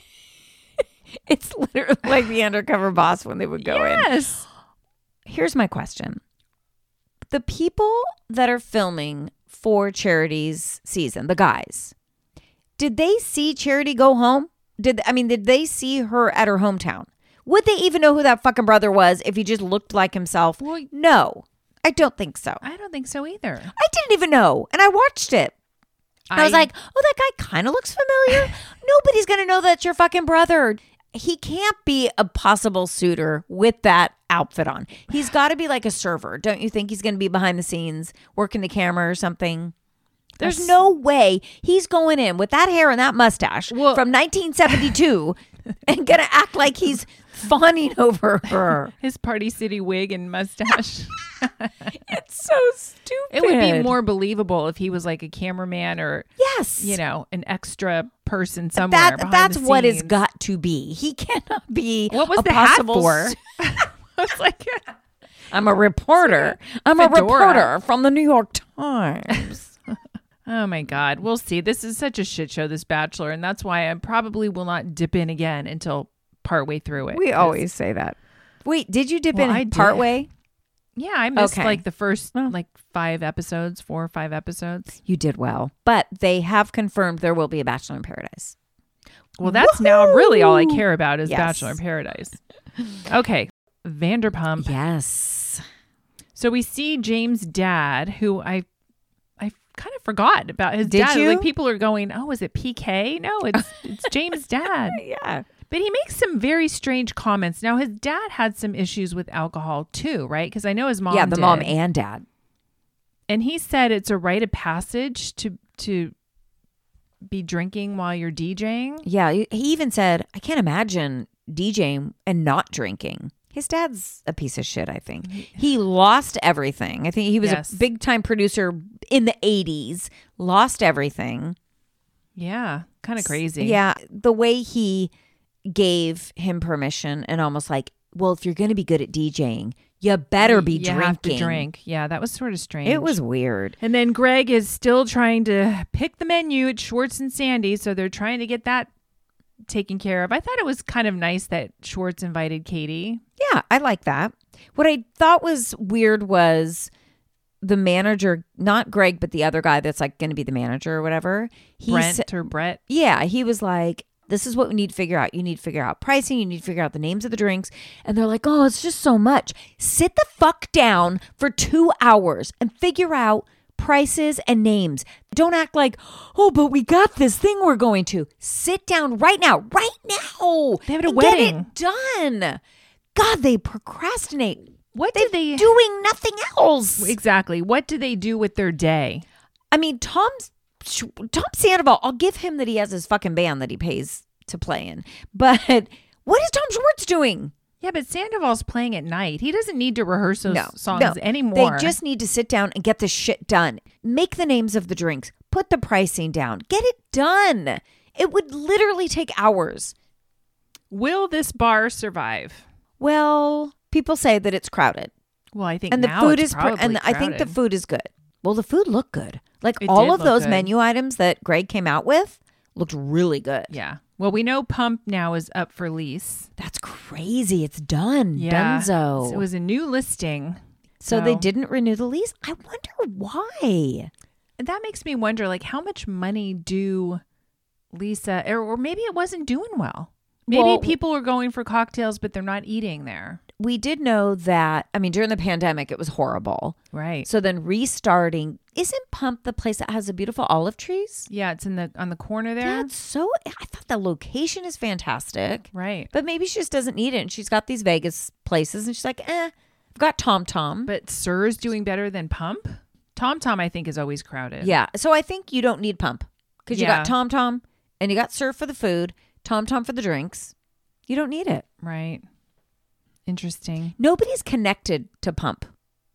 S2: It's literally like the undercover boss when they would go in.
S3: yes.
S2: here's my question the people that are filming for charities season the guys did they see charity go home did i mean did they see her at her hometown would they even know who that fucking brother was if he just looked like himself
S3: Well-
S2: no i don't think so
S3: I don't think so either.
S2: i didn't even know and i watched it I, was like, oh, that guy kind of looks familiar. Nobody's going to know that's your fucking brother. He can't be a possible suitor with that outfit on. He's got to be like a server. Don't you think he's going to be behind the scenes working the camera or something? There's
S3: That's-
S2: no way he's going in with that hair and that mustache
S3: Well-
S2: from 1972 and going to act like he's fawning over her.
S3: his Party City wig and mustache.
S2: It's so stupid.
S3: it would be more believable if he was like a cameraman or,
S2: Yes.
S3: you know, an extra person somewhere.
S2: that
S3: behind
S2: that's
S3: the
S2: what it's
S3: scenes.
S2: got to be. He cannot be
S3: What was
S2: a
S3: the hat
S2: possible
S3: for?
S2: s-
S3: I was like,
S2: I'm a reporter. I'm a
S3: Fedora.
S2: reporter from the New York Times.
S3: oh my God. We'll see. This is such a shit show, this Bachelor. And that's why I probably will not dip in again until partway through it. 'Cause-
S2: say that. Wait, did you dip
S3: Well,
S2: in
S3: I did.
S2: partway?
S3: Yeah, I missed
S2: Okay.
S3: like the first like five episodes, four or five episodes.
S2: You did well. But they have confirmed there will be a Bachelor in Paradise.
S3: Well, that's now really all I
S2: Woohoo!
S3: care about is
S2: Yes.
S3: Bachelor in Paradise. Okay. Vanderpump.
S2: Yes.
S3: So we see James' dad, who I I kind of forgot about his
S2: Did
S3: dad.
S2: you?
S3: Like people are going, "Oh, is it PK?" No, it's it's James' dad.
S2: Yeah.
S3: But he makes some very strange comments. Now, his dad had some issues with alcohol too, right? Because I know his mom.
S2: yeah, the
S3: did.
S2: mom and dad.
S3: and he said it's a rite of passage to to be drinking while you're DJing.
S2: Yeah, he he even said, "I can't imagine DJing and not drinking." His dad's a piece of shit. I think he lost everything. I think he was
S3: Yes.
S2: a big time producer in the '80s. Lost everything.
S3: Yeah, kind of crazy.
S2: Yeah, the way he gave him permission and almost like, well, if you're going to be good at DJing, you better be
S3: you
S2: drinking.
S3: have to drink. Yeah, that was sort of strange.
S2: It was weird.
S3: And then Greg is still trying to pick the menu at Schwartz and Sandy, so they're trying to get that taken care of. I thought it was kind of nice that Schwartz invited Katie.
S2: Yeah, I like that. What I thought was weird was the manager, not Greg, but the other guy that's like going to be the manager or whatever. He
S3: Brent
S2: sa-
S3: or Brett.
S2: yeah, he was like, this is what we need to figure out. You need to figure out pricing. You need to figure out the names of the drinks. And they're like, oh, it's just so much. Sit the fuck down for two hours and figure out prices and names. Don't act like, oh, but we got this thing we're going to. Sit down right now, right now.
S3: They have a
S2: and
S3: wedding.
S2: Get it done. God, they procrastinate.
S3: What
S2: They're
S3: did they
S2: doing nothing else.
S3: exactly? What do they do with their day?
S2: I mean, Tom's Tom Sandoval. I'll give him that he has his fucking band that he pays to play in. But what is Tom Schwartz doing?
S3: Yeah, but Sandoval's playing at night. He doesn't need to rehearse those songs
S2: no.
S3: anymore.
S2: They just need to sit down and get the shit done. Make the names of the drinks. Put the pricing down. Get it done. It would literally take hours.
S3: will this bar survive?
S2: Well, people say that it's crowded,
S3: Well, I think
S2: and the
S3: now
S2: food
S3: it's
S2: is pr- and
S3: probably
S2: I think the
S3: crowded.
S2: food is good. Well, the food looked good. Like
S3: It did
S2: all of
S3: look
S2: those
S3: good.
S2: menu items that Greg came out with looked really good.
S3: Yeah. Well, we know Pump now is up for lease.
S2: That's crazy. It's done.
S3: Yeah.
S2: Dunzo.
S3: It was a new listing.
S2: so they
S3: so-
S2: didn't renew the lease. I wonder why.
S3: And that makes me wonder like how much money do Lisa or, or maybe it wasn't doing well. Maybe
S2: Well-
S3: people are going for cocktails but they're not eating there.
S2: We did know that, I mean, during the pandemic, it was horrible.
S3: Right.
S2: So then restarting, isn't Pump the place that has the beautiful olive trees?
S3: yeah, it's in the on the corner there.
S2: That's so, I thought the location is fantastic,
S3: right.
S2: but maybe she just doesn't need it. And she's got these Vegas places and she's like, eh, I've got Tom Tom.
S3: But Sir's doing better than Pump. Tom Tom I think is always crowded.
S2: Yeah. So I think you don't need Pump because you
S3: Yeah.
S2: got Tom Tom and you got Surf for the food, Tom Tom for the drinks. You don't need it.
S3: Right. Interesting.
S2: nobody's connected to pump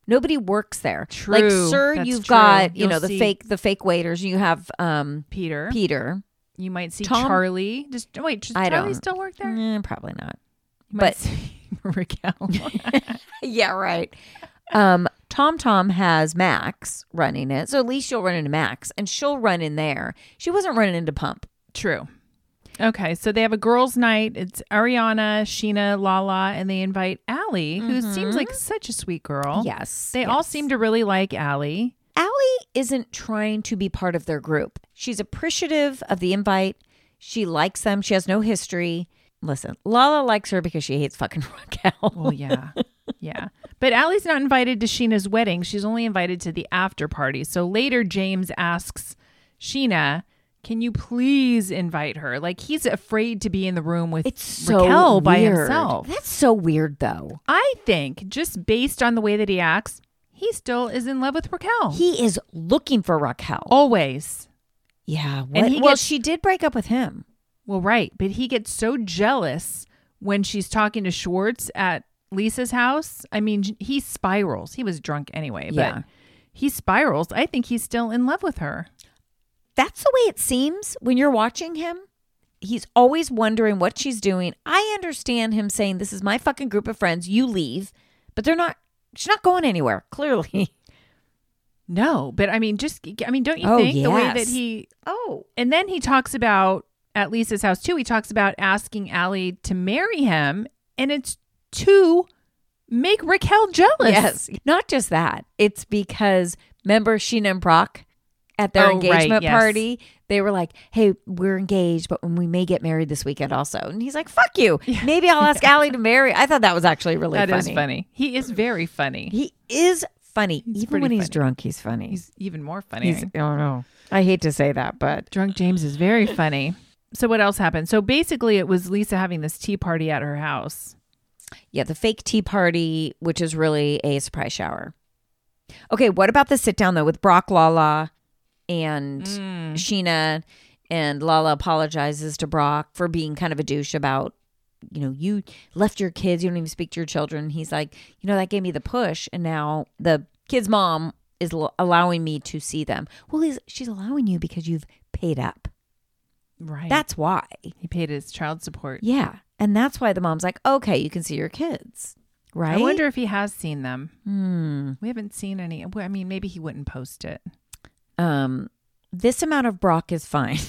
S2: nobody works there like
S3: True.
S2: sir
S3: That's
S2: you've
S3: true.
S2: got you
S3: You'll
S2: know the
S3: see-
S2: fake the fake waiters you have um
S3: Peter.
S2: peter
S3: You might see
S2: Tom-
S3: Charlie. Just wait, does
S2: I
S3: Charlie
S2: don't-
S3: still work there?
S2: Eh, probably not
S3: You
S2: but-
S3: might see Raquel.
S2: yeah right um tom tom has max running it so at least you'll run into max and she'll run in there she wasn't running into pump
S3: True. Okay, so they have a girls' night. It's Ariana, Sheena, Lala, and they invite Allie, who seems like such a sweet girl.
S2: Mm-hmm. yes
S3: They
S2: yes.
S3: all seem to really like Allie.
S2: Allie isn't trying to be part of their group. She's appreciative of the invite. She likes them. She has no history. Listen, Lala likes her because she hates fucking Raquel.
S3: Well, yeah. yeah. But Allie's not invited to Sheena's wedding. She's only invited to the after party. So later, James asks Sheena, can you please invite her? Like, he's afraid to be in the room with
S2: It's so
S3: Raquel
S2: weird.
S3: by himself.
S2: That's so weird, though.
S3: I think, just based on the way that he acts, he still is in love with Raquel.
S2: He is looking for Raquel.
S3: Always.
S2: yeah.
S3: And
S2: what-
S3: he
S2: well,
S3: gets-
S2: she did break up with him.
S3: Well, right. But he gets so jealous when she's talking to Schwartz at Lisa's house. I mean, he spirals. He was drunk anyway,
S2: Yeah.
S3: but he spirals. I think he's still in love with her.
S2: That's the way it seems when you're watching him. He's always wondering what she's doing. I understand him saying, "This is my fucking group of friends. You leave," but they're not. She's not going anywhere. Clearly.
S3: No, but I mean, just, I mean, don't you
S2: Oh,
S3: think the way that
S2: yes.
S3: he,
S2: Oh,
S3: and then he talks about at Lisa's house too, he talks about asking Allie to marry him, and it's to make Raquel jealous.
S2: yes. Not just that. It's because remember Sheena and Brock at their
S3: Oh, right,
S2: engagement
S3: yes.
S2: party, they were like, "Hey, we're engaged, but we may get married this weekend also." And he's like, "Fuck you. Maybe I'll ask Allie to marry." I thought that was actually really
S3: that is
S2: funny.
S3: funny. He is very funny.
S2: He is funny. Even
S3: pretty
S2: when he's
S3: funny.
S2: drunk, he's funny.
S3: he's even more funny.
S2: He's, I don't know. I hate to say that, but
S3: Drunk James is very funny. So what else happened? So basically, it was Lisa having this tea party at her house.
S2: Yeah, the fake tea party, which is really a surprise shower. Okay, what about the sit down though with Brock Lala and
S3: Mm.
S2: Sheena? And Lala apologizes to Brock for being kind of a douche about, you know, you left your kids, you don't even speak to your children. He's like, you know, that gave me the push. And now the kid's mom is l- allowing me to see them. Well, he's, she's allowing you because you've paid up.
S3: Right. That
S2: That's why.
S3: he paid his child support.
S2: Yeah. And that's why the mom's like, okay, you can see your kids. Right.
S3: I wonder if he has seen them. We haven't seen any. well, I mean, maybe he wouldn't post it.
S2: um this amount of Brock is fine.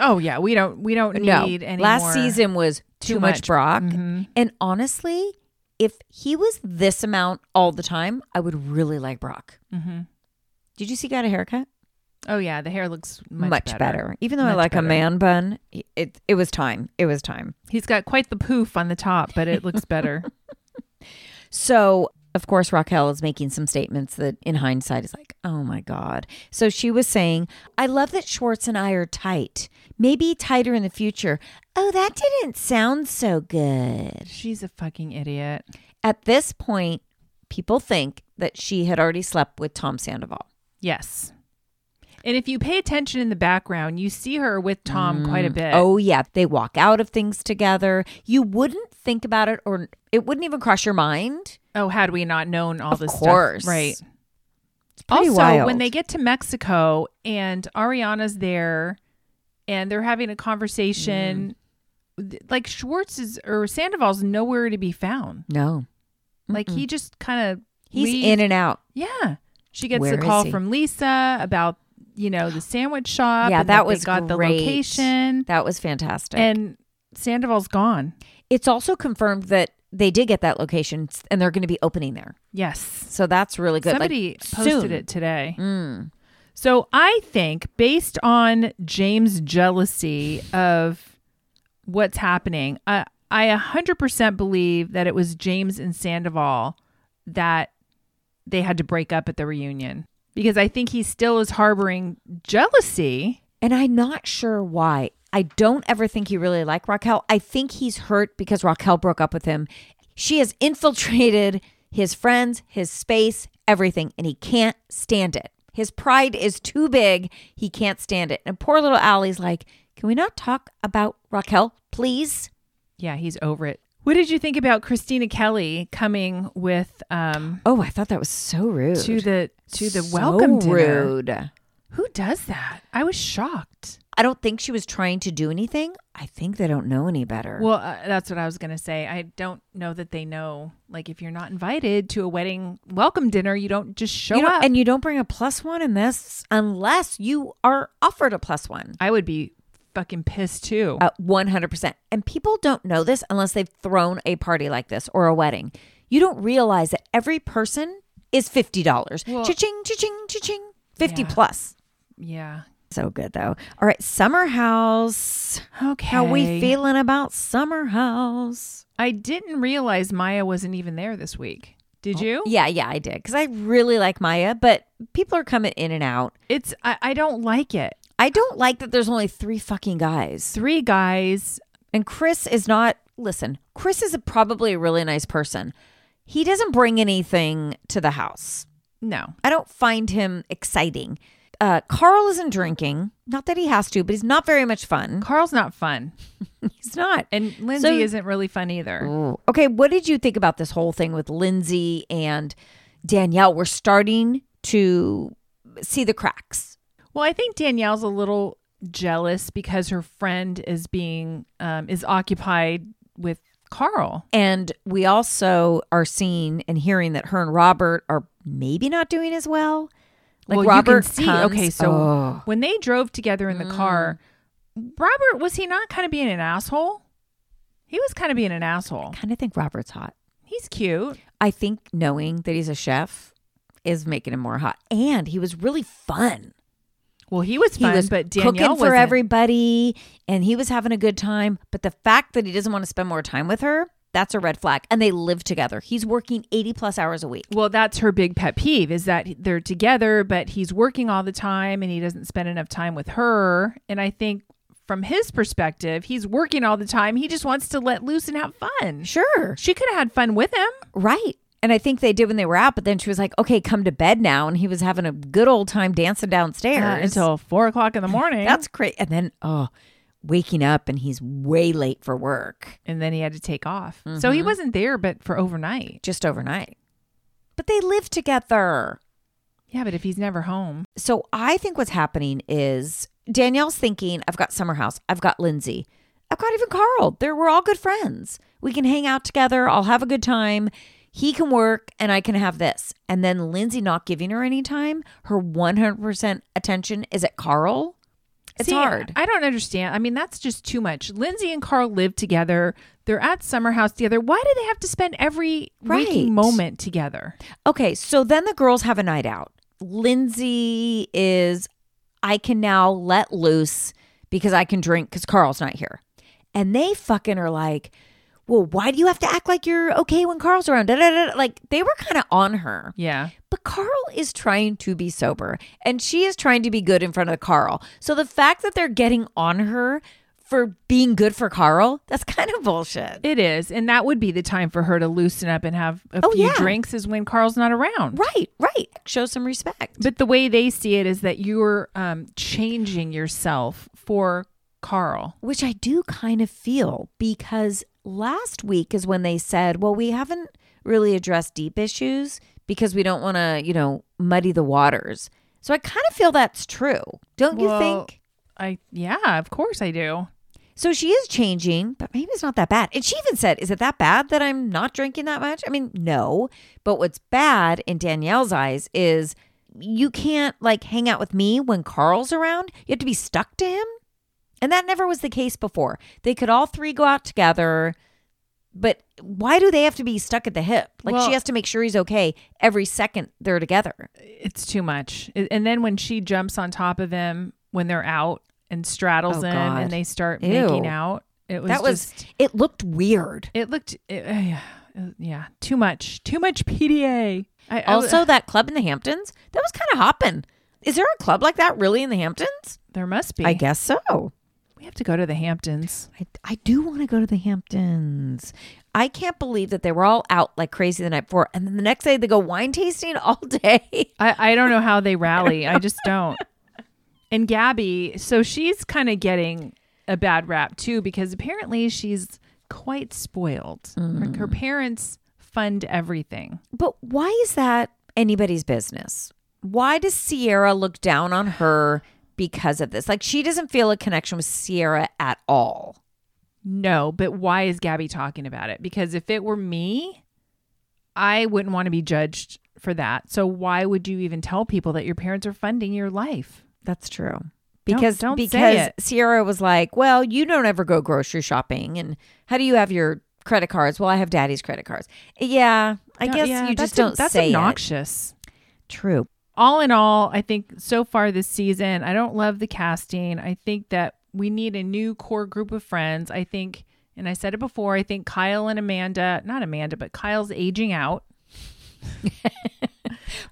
S3: Oh yeah, we don't. We don't need any. more-
S2: last season was too,
S3: Too
S2: much, Mm-hmm.
S3: much.
S2: Brock. And honestly, if he was this amount all the time, I would really like Brock. Did you see he got a haircut?
S3: Oh yeah, the hair looks much,
S2: better. Even though I
S3: Much
S2: like
S3: better.
S2: a man bun, it it was time. It was time.
S3: He's got quite the poof on the top, but it looks better.
S2: So, of course, Raquel is making some statements that in hindsight is like, oh my God. So she was saying, I love that Schwartz and I are tight, maybe tighter in the future. Oh, that didn't sound so good.
S3: She's a fucking idiot.
S2: At this point, people think that she had already slept with Tom Sandoval.
S3: Yes. And if you pay attention in the background, you see her with Tom quite a bit.
S2: Oh, yeah. They walk out of things together. You wouldn't think about it, or it wouldn't even cross your mind.
S3: Oh, had we not known all
S2: Of
S3: this
S2: course.
S3: stuff, right?
S2: pretty
S3: Also, when
S2: wild.
S3: they get to Mexico and Ariana's there, and they're having a conversation,
S2: Mm.
S3: th- like Schwartz is or Sandoval's nowhere to be found.
S2: No.
S3: Like he just kind of
S2: He's in and out.
S3: Yeah, she gets
S2: Where
S3: the
S2: is
S3: call
S2: he?
S3: from Lisa about you know the sandwich shop.
S2: Yeah,
S3: and
S2: that
S3: they
S2: was
S3: got the
S2: great.
S3: location,
S2: That was fantastic.
S3: and Sandoval's gone.
S2: It's also confirmed that they did get that location s- and they're going to be opening there.
S3: Yes.
S2: So that's really good. Like,
S3: Somebody posted
S2: soon. Mm.
S3: it today. So I think, based on James' jealousy of what's happening, I I 100% believe that it was James and Sandoval that they had to break up at the reunion because I think he still is harboring jealousy.
S2: And I'm not sure why. I don't ever think he really liked Raquel. I think he's hurt because Raquel broke up with him. She has infiltrated his friends, his space, everything, and he can't stand it. His pride is too big. He can't stand it. And poor little Allie's like, can we not talk about Raquel, please?
S3: Yeah, he's over it. What did you think about Christina Kelly coming with um
S2: Oh, I thought that was so rude.
S3: to the to the
S2: So
S3: welcome dinner?
S2: rude.
S3: Who does that? I was shocked.
S2: I don't think she was trying to do anything. I think they don't know any better.
S3: Well, uh, that's what I was going to say. I don't know that they know. Like, if you're not invited to a wedding welcome dinner, you don't just show
S2: you don't-
S3: up.
S2: and you don't bring a plus one in this unless you are offered a plus one.
S3: I would be fucking pissed too.
S2: Uh, 100%. And people don't know this unless they've thrown a party like this or a wedding. You don't realize that every person is $50.
S3: Well-
S2: cha-ching, cha-ching, cha-ching. 50
S3: Yeah.
S2: plus.
S3: yeah.
S2: So good though. All right, Summer House.
S3: Okay.
S2: How we feeling about Summer House?
S3: I didn't realize Maya wasn't even there this week. Did you?
S2: Oh, Yeah, yeah, I did because I really like Maya, but people are coming in and out.
S3: It's I, I don't like it.
S2: I don't like that there's only three fucking guys.
S3: Three guys.
S2: And Chris is not, listen, Chris is a, probably a really nice person. He doesn't bring anything to the house.
S3: No.
S2: I don't find him exciting. Uh, Carl isn't drinking. Not that he has to, but he's not very much fun.
S3: Carl's not fun,
S2: He's not.
S3: and Lindsay
S2: So-
S3: isn't really fun either.
S2: Ooh. Okay, what did you think about this whole thing with Lindsay and Danielle? We're starting to see the cracks.
S3: Well, I think Danielle's a little jealous because her friend is being um, is occupied with Carl.
S2: And we also are seeing and hearing that her and Robert are maybe not doing as well. Like
S3: well,
S2: Robert
S3: you can see.
S2: comes-
S3: okay, so Mm.
S2: Oh.
S3: when they drove together in the car, Robert was he not kind of being an asshole? He was kind of being an asshole.
S2: I kind of think Robert's hot.
S3: He's cute.
S2: I think knowing that he's a chef is making him more hot. And he was really fun.
S3: Well, he was
S2: He
S3: fun,
S2: was
S3: but Danielle
S2: cooking for
S3: wasn't.
S2: everybody and he was having a good time. But the fact that he doesn't want to spend more time with her, that's a red flag. And they live together. He's working 80 plus hours a week.
S3: Well, that's her big pet peeve is that they're together, but he's working all the time and he doesn't spend enough time with her. And I think from his perspective, he's working all the time. He just wants to let loose and have fun.
S2: Sure.
S3: She could have had fun with him. uh,
S2: Right. And I think they did when they were out, but then she was like, okay, come to bed now. And he was having a good old time dancing downstairs
S3: Uh, until four o'clock in the morning.
S2: That's great. And then, oh, waking up and he's way late for work
S3: and then he had to take off. So
S2: Mm-hmm.
S3: he wasn't there, but for overnight.
S2: just overnight. But they live together.
S3: Yeah, but if he's never home,
S2: So I think what's happening is Danielle's thinking, I've got Summer House, I've got Lindsay, I've got even Carl. There, we're all good friends. We can hang out together. I'll have a good time. He can work and I can have this. And then Lindsay not giving her any time, her 100% attention is at Carl. It's
S3: See,
S2: hard.
S3: I don't understand. I mean, that's just too much. Lindsay and Carl live together. They're at summer house together. Why do they have to spend every
S2: Right.
S3: waking moment together?
S2: Okay, so then the girls have a night out. Lindsay is, I can now let loose because I can drink because Carl's not here. And they fucking are like, well, why do you have to act like you're okay when Carl's around? Da, da, da, da. Like they were kind of on her.
S3: Yeah.
S2: But Carl is trying to be sober and she is trying to be good in front of Carl. So the fact that they're getting on her for being good for Carl, that's kind of bullshit.
S3: It is. And that would be the time for her to loosen up and have a
S2: Oh,
S3: few
S2: yeah.
S3: drinks is when Carl's not around.
S2: Right, right. Show some respect.
S3: But the way they see it is that you're um, changing yourself for Carl.
S2: which I do kind of feel because last week is when they said, well, we haven't really addressed deep issues because we don't want to, you know, muddy the waters. So I kind of feel that's true. Don't you think?
S3: I yeah, of course I do.
S2: So she is changing, but maybe it's not that bad. And she even said, Is it that bad that I'm not drinking that much? I mean, no. But what's bad in Danielle's eyes is you can't like hang out with me when Carl's around. You have to be stuck to him. And that never was the case before. They could all three go out together, but why do they have to be stuck at the hip? Like
S3: Well-
S2: she has to make sure he's okay every second they're together.
S3: It's too much. A- And then when she jumps on top of him when they're out and straddles
S2: Oh,
S3: him
S2: God.
S3: and they start
S2: Ew.
S3: making out, it was
S2: that was,
S3: just-
S2: it looked weird.
S3: it looked it, uh, yeah, uh, yeah, too much, too much PDA. I, I-
S2: Also, that club in the Hamptons, that was kind of hopping. Is there a club like that really in the Hamptons?
S3: there must be.
S2: I guess so.
S3: we have to go to the Hamptons.
S2: I, I do want to go to the Hamptons. I can't believe that they were all out like crazy the night before. And then the next day they go wine tasting all day.
S3: I, I don't know how they rally. I just don't. And Gabby, so she's kind of getting a bad rap too because apparently she's quite spoiled.
S2: Mm.
S3: Her, her parents fund everything.
S2: But why is that anybody's business? Why does Sierra look down on her because of this? Like, she doesn't feel a connection with Sierra at all.
S3: No, but why is Gabby talking about it? Because if it were me, I wouldn't want to be judged for that. So why would you even tell people that your parents are funding your life?
S2: That's true.
S3: Don't-
S2: Because
S3: don't say
S2: because
S3: it.
S2: Sierra was like, "Well, you don't ever go grocery shopping, and how do you have your credit cards? Well, I have Daddy's credit cards. Yeah, I
S3: Don't-
S2: guess
S3: yeah,
S2: you
S3: that's
S2: just
S3: a-
S2: don't
S3: That's
S2: say it.
S3: obnoxious.
S2: True.
S3: All in all, I think so far this season, I don't love the casting. I think that we need a new core group of friends. I think, and I said it before, I think Kyle and Amanda, not Amanda, but Kyle's aging out.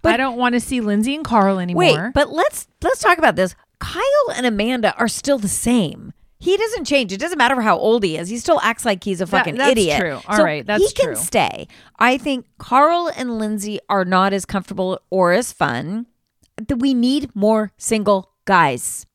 S3: I don't want to see Lindsay and Carl anymore.
S2: Wait, but let's let's talk about this. Kyle and Amanda are still the same. He doesn't change. It doesn't matter how old he is. He still acts like he's a fucking
S3: that's
S2: idiot.
S3: true. All
S2: so
S3: right, that's
S2: he can
S3: true.
S2: stay. I think Carl and Lindsay are not as comfortable or as fun. That we need more single guys,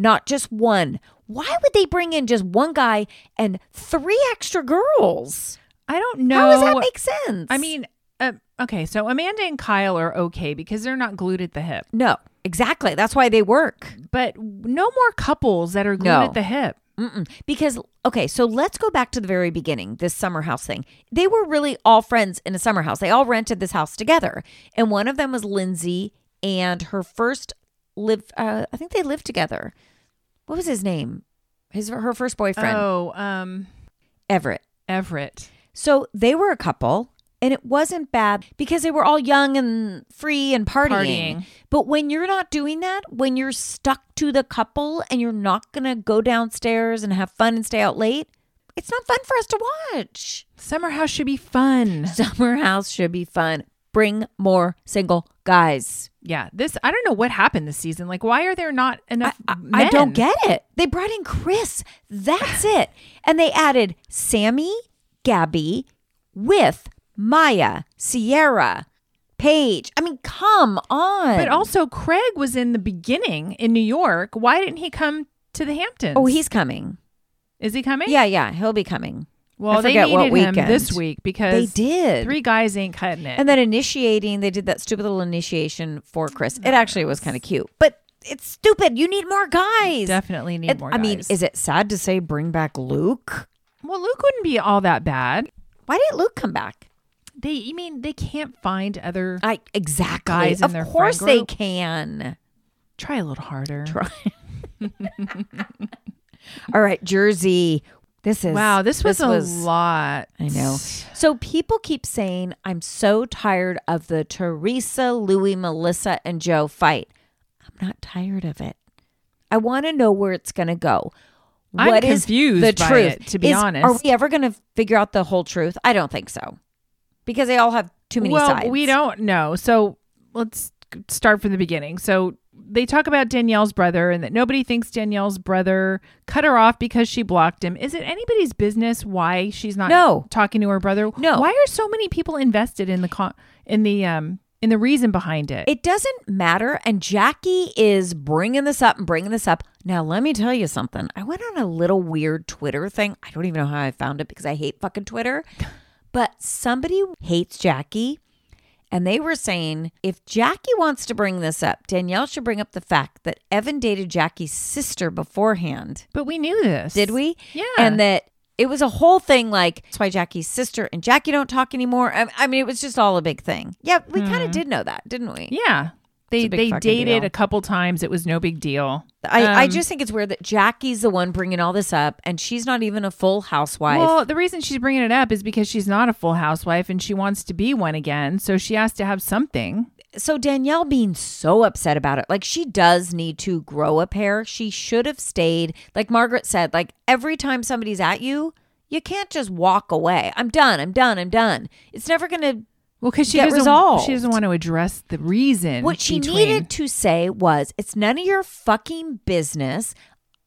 S2: not just one. Why would they bring in just one guy and three extra girls?
S3: I don't know.
S2: How does that make sense?
S3: I mean, uh, okay, so Amanda and Kyle are okay because they're not glued at the hip,
S2: no, exactly. That's why they work.
S3: but no more couples that are glued
S2: No.
S3: at the hip.
S2: Mm-mm. Because okay, so let's go back to the very beginning. This summer house thing. They were really all friends in a summer house. They all rented this house together, and one of them was Lindsay and her first live. Uh, I think they lived together. What was his name? His her first boyfriend
S3: Oh, um,
S2: Everett.
S3: Everett.
S2: So they were a couple, and it wasn't bad because they were all young and free and partying.
S3: Partying.
S2: But when you're not doing that, when you're stuck to the couple and you're not going to go downstairs and have fun and stay out late, it's not fun for us to watch.
S3: Summer house should be fun.
S2: Summer house should be fun. Bring more single guys.
S3: Yeah, this I don't know what happened this season. Like, why are there not enough?
S2: I, I don't
S3: men?
S2: get it. They brought in Chris. That's it. And they added Sammy, Gabby with Maya, Sierra, Paige. I mean, come on.
S3: But also, Craig was in the beginning in New York. Why didn't he come to the Hamptons?
S2: oh, he's coming.
S3: is he coming?
S2: Yeah, yeah, he'll be coming.
S3: Well,
S2: I
S3: they
S2: forget
S3: needed
S2: what
S3: him
S2: weekend.
S3: this week
S2: They
S3: because
S2: did.
S3: three guys ain't cutting it.
S2: and then initiating, they did that stupid little initiation for Chris. It actually was kind of cute, but it's stupid. You need more guys.
S3: Definitely need
S2: It-
S3: more.
S2: I mean,
S3: guys.
S2: is it sad to say bring back Luke?
S3: well, Luke wouldn't be all that bad.
S2: Why didn't Luke come back?
S3: They, you mean, they can't find other.
S2: I exactly.
S3: Guys in
S2: of
S3: their friend
S2: course they
S3: group?
S2: can.
S3: Try a little harder.
S2: All right, Jersey. This is
S3: Wow, this was a lot.
S2: I know. So people keep saying, I'm so tired of the Teresa, Louie, Melissa, and Joe fight. I'm not tired of it. I want to know where it's going to go.
S3: I'm
S2: What is
S3: confused
S2: the
S3: by
S2: truth?
S3: it, to be
S2: Is- Are
S3: honest.
S2: we ever going to figure out the whole truth? I don't think so. Because they all have too many
S3: well,
S2: sides.
S3: we don't know. So let's start from the beginning. So they talk about Danielle's brother and that nobody thinks Danielle's brother cut her off because she blocked him. Is it anybody's business why she's not
S2: No.
S3: talking to her brother?
S2: No.
S3: Why are so many people invested in the con- in the um in the reason behind it?
S2: It doesn't matter. And Jackie is bringing this up and bringing this up. Now, let me tell you something. I went on a little weird Twitter thing. I don't even know how I found it because I hate fucking Twitter. But somebody hates Jackie. And they were saying if Jackie wants to bring this up, Danielle should bring up the fact that Evan dated Jackie's sister beforehand.
S3: but we knew this.
S2: Did we?
S3: Yeah.
S2: And that it was a whole thing like, that's why Jackie's sister and Jackie don't talk anymore. I, I mean, it was just all a big thing. Yeah, we kind of did know that, didn't we?
S3: Yeah. They
S2: a big
S3: they
S2: fucking
S3: dated
S2: deal.
S3: a couple times. It was no big deal.
S2: I, I
S3: Um,
S2: just think it's weird that Jackie's the one bringing all this up, and she's not even a full housewife.
S3: Well, the reason she's bringing it up is because she's not a full housewife and she wants to be one again. So she has to have something.
S2: so Danielle being so upset about it, like she does need to grow a pair. She should have stayed. Like Margaret said, like every time somebody's at you, you can't just walk away. I'm done. I'm done. I'm done. It's never gonna.
S3: Well, because she
S2: get
S3: doesn't
S2: resolved.
S3: she doesn't want to address the reason.
S2: What she
S3: between-
S2: needed to say was, "It's none of your fucking business.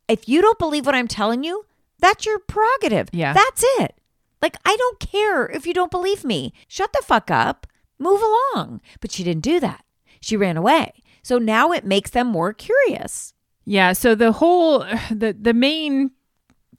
S2: If you don't believe what I'm telling you, that's your prerogative.
S3: Yeah.
S2: that's it. Like I don't care if you don't believe me. Shut the fuck up. Move along." But she didn't do that. She ran away. So now it makes them more curious.
S3: Yeah. So the whole the the main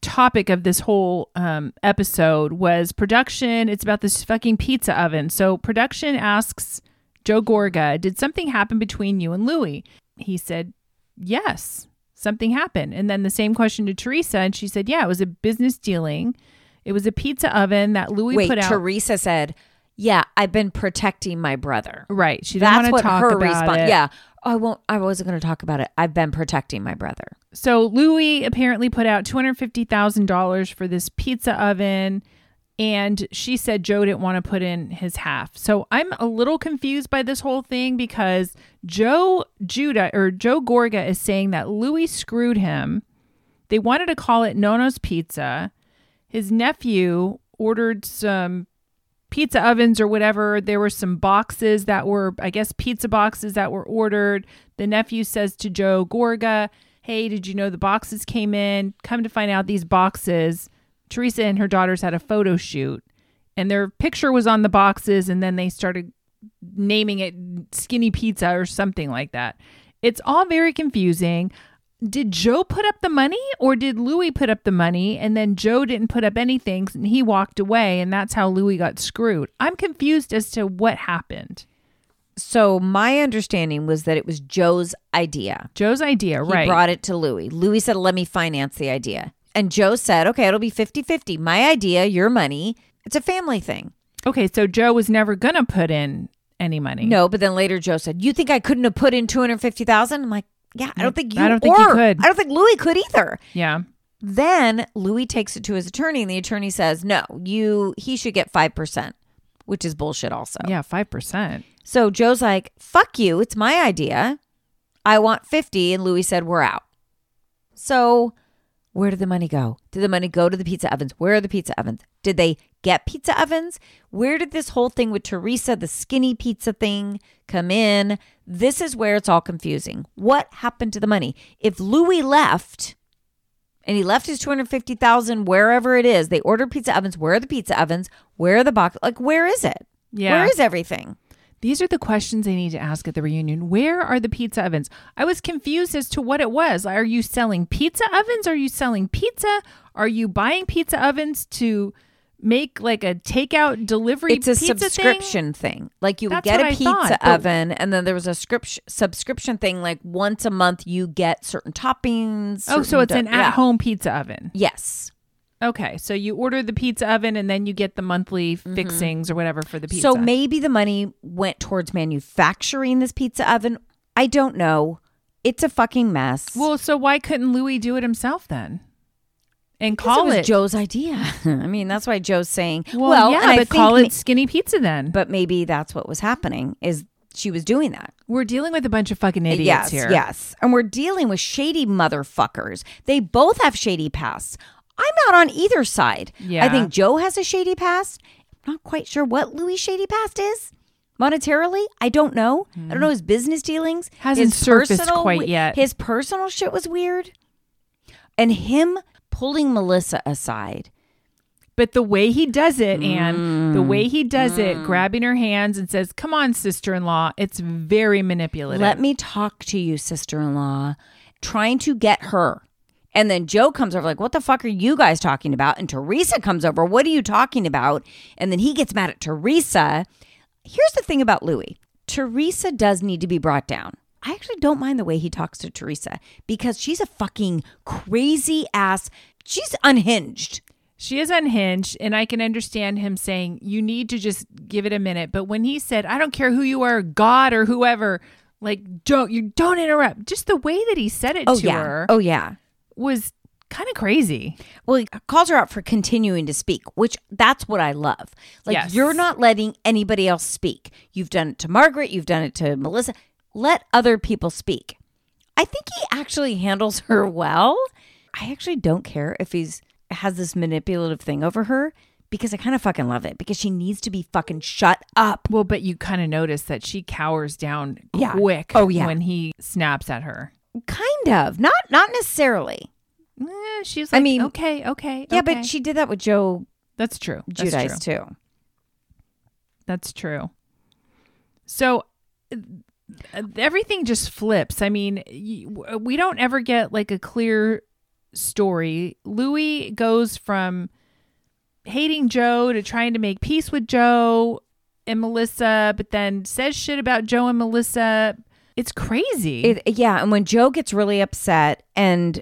S3: topic of this whole um, episode was production. It's about this fucking pizza oven. So production asks Joe Gorga, "Did something happen between you and Louie?" He said, "Yes, something happened." And then the same question to Teresa, and she said, "Yeah, it was a business dealing. It was a pizza oven that Louie
S2: Wait,
S3: put out."
S2: Teresa said, "Yeah, I've been protecting my brother."
S3: right. She didn't
S2: That's
S3: want
S2: what
S3: to talk
S2: her
S3: about
S2: response.
S3: it.
S2: Yeah, I won't. I wasn't going to talk about it. I've been protecting my brother.
S3: So Louis apparently put out two hundred fifty thousand dollars for this pizza oven, and she said Joe didn't want to put in his half. So I'm a little confused by this whole thing because Joe Judah or Joe Gorga is saying that Louis screwed him. They wanted to call it Nono's Pizza. His nephew ordered some pizza ovens or whatever. There were some boxes that were, I guess, pizza boxes that were ordered. The nephew says to Joe Gorga, Hey, did you know the boxes came in? Come to find out these boxes. Teresa and her daughters had a photo shoot and their picture was on the boxes, and then they started naming it skinny pizza or something like that. It's all very confusing. Did Joe put up the money or did Louis put up the money and then Joe didn't put up anything and he walked away and that's how Louis got screwed? I'm confused as to what happened.
S2: So my understanding was that it was Joe's idea.
S3: Joe's idea,
S2: He
S3: right?
S2: brought it to Louis. Louis said, "Let me finance the idea." And Joe said, "Okay, it'll be 50-50. My idea, your money. It's a family thing."
S3: okay, so Joe was never going to put in any money.
S2: No, but then later Joe said, "You think I couldn't have put in 250,000?" I'm like, "Yeah, I don't think you
S3: Mm. I don't think you
S2: or-
S3: could."
S2: I don't think Louis could either."
S3: Yeah.
S2: Then Louis takes it to his attorney and the attorney says, "No, you he should get 5%." Which is bullshit also.
S3: Yeah, 5%.
S2: So Joe's like, fuck you. It's my idea. I want 50. And Louis said, we're out. So Where did the money go? Did the money go to the pizza ovens? Where are the pizza ovens? Did they get pizza ovens? Where did this whole thing with Teresa, the skinny pizza thing, come in? This is where it's all confusing. What happened to the money? If Louis left and he left his 250,000 wherever it is, they ordered pizza ovens. Where are the pizza ovens? Where are the box? Like, where is it?
S3: Yeah.
S2: Where is everything?
S3: These are the questions they need to ask at the reunion. Where are the pizza ovens? I was confused as to what it was. Are you selling pizza ovens? Are you selling pizza? Are you buying pizza ovens to make like a takeout delivery?
S2: it's a
S3: pizza thing?
S2: subscription thing. Like you would
S3: That's
S2: get a
S3: what I
S2: pizza
S3: thought, but-
S2: oven, and then there was a script- subscription thing. Like once a month, you get certain toppings.
S3: Oh, so
S2: certain
S3: it's an
S2: di- yeah.
S3: at-home pizza oven.
S2: Yes.
S3: Okay, so you order the pizza oven and then you get the monthly fixings or whatever for the pizza.
S2: Mm-hmm. So maybe the money went towards manufacturing this pizza oven. I don't know. It's a fucking mess.
S3: well, so why couldn't Louis do it himself then? And
S2: 'Cause
S3: call
S2: it was
S3: it,
S2: Joe's idea. I mean, that's why Joe's saying,
S3: Well,
S2: "Well,
S3: yeah,
S2: and I
S3: but
S2: think
S3: call
S2: ma-
S3: it skinny pizza then. But
S2: But maybe that's what was happening. Is she was doing that?
S3: we're dealing with a bunch of fucking idiots
S2: Uh, yes,
S3: here.
S2: Yes. And we're dealing with shady motherfuckers. They both have shady pasts. I'm not on either side.
S3: Yeah.
S2: I think Joe has a shady past. I'm not quite sure what Louis' shady past is. Monetarily, I don't know. I don't know his business dealings.
S3: Hmm. Hasn't
S2: his
S3: surfaced
S2: personal
S3: quite
S2: we-
S3: yet.
S2: His personal shit was weird. And him pulling Melissa aside.
S3: But the way he does it, Anne,
S2: Mm.
S3: the way he does it, grabbing her hands and says, Come on, sister in law, it's very manipulative.
S2: Let me talk to you, sister in law, trying to get her. And then Joe comes over, like, what the fuck are you guys talking about? And Teresa comes over, what are you talking about? And then he gets mad at Teresa. Here's the thing about Louis Teresa does need to be brought down. I actually don't mind the way he talks to Teresa because she's a fucking crazy ass. She's unhinged.
S3: she is unhinged, and I can understand him saying, You need to just give it a minute. But when he said, I don't care who you are, God or whoever, like, don't you don't interrupt. Just the way that he said it
S2: Oh,
S3: to
S2: yeah.
S3: her
S2: Oh, yeah.
S3: was kind of crazy.
S2: Well, he calls her out for continuing to speak, which that's what I love. Like
S3: Yes.
S2: you're not letting anybody else speak. You've done it to Margaret, you've done it to Melissa. Let other people speak. I think he actually handles her well. I actually don't care if he's has this manipulative thing over her because I kind of fucking love it because she needs to be fucking shut up.
S3: Well, but you kind of notice that she cowers down
S2: Yeah.
S3: quick
S2: Oh, yeah.
S3: when he snaps at her.
S2: Kind of, not not necessarily.
S3: Eh, she's
S2: I
S3: like,
S2: mean-
S3: okay, okay.
S2: Yeah,
S3: okay."
S2: but she did that with Joe
S3: that's true. That's true.
S2: Judice too.
S3: That's true. So uh, everything just flips. I mean, y- w- we don't ever get like a clear story. Louis goes from hating Joe to trying to make peace with Joe and Melissa, but then says shit about Joe and Melissa. It's crazy.
S2: It, yeah, and when Joe gets really upset and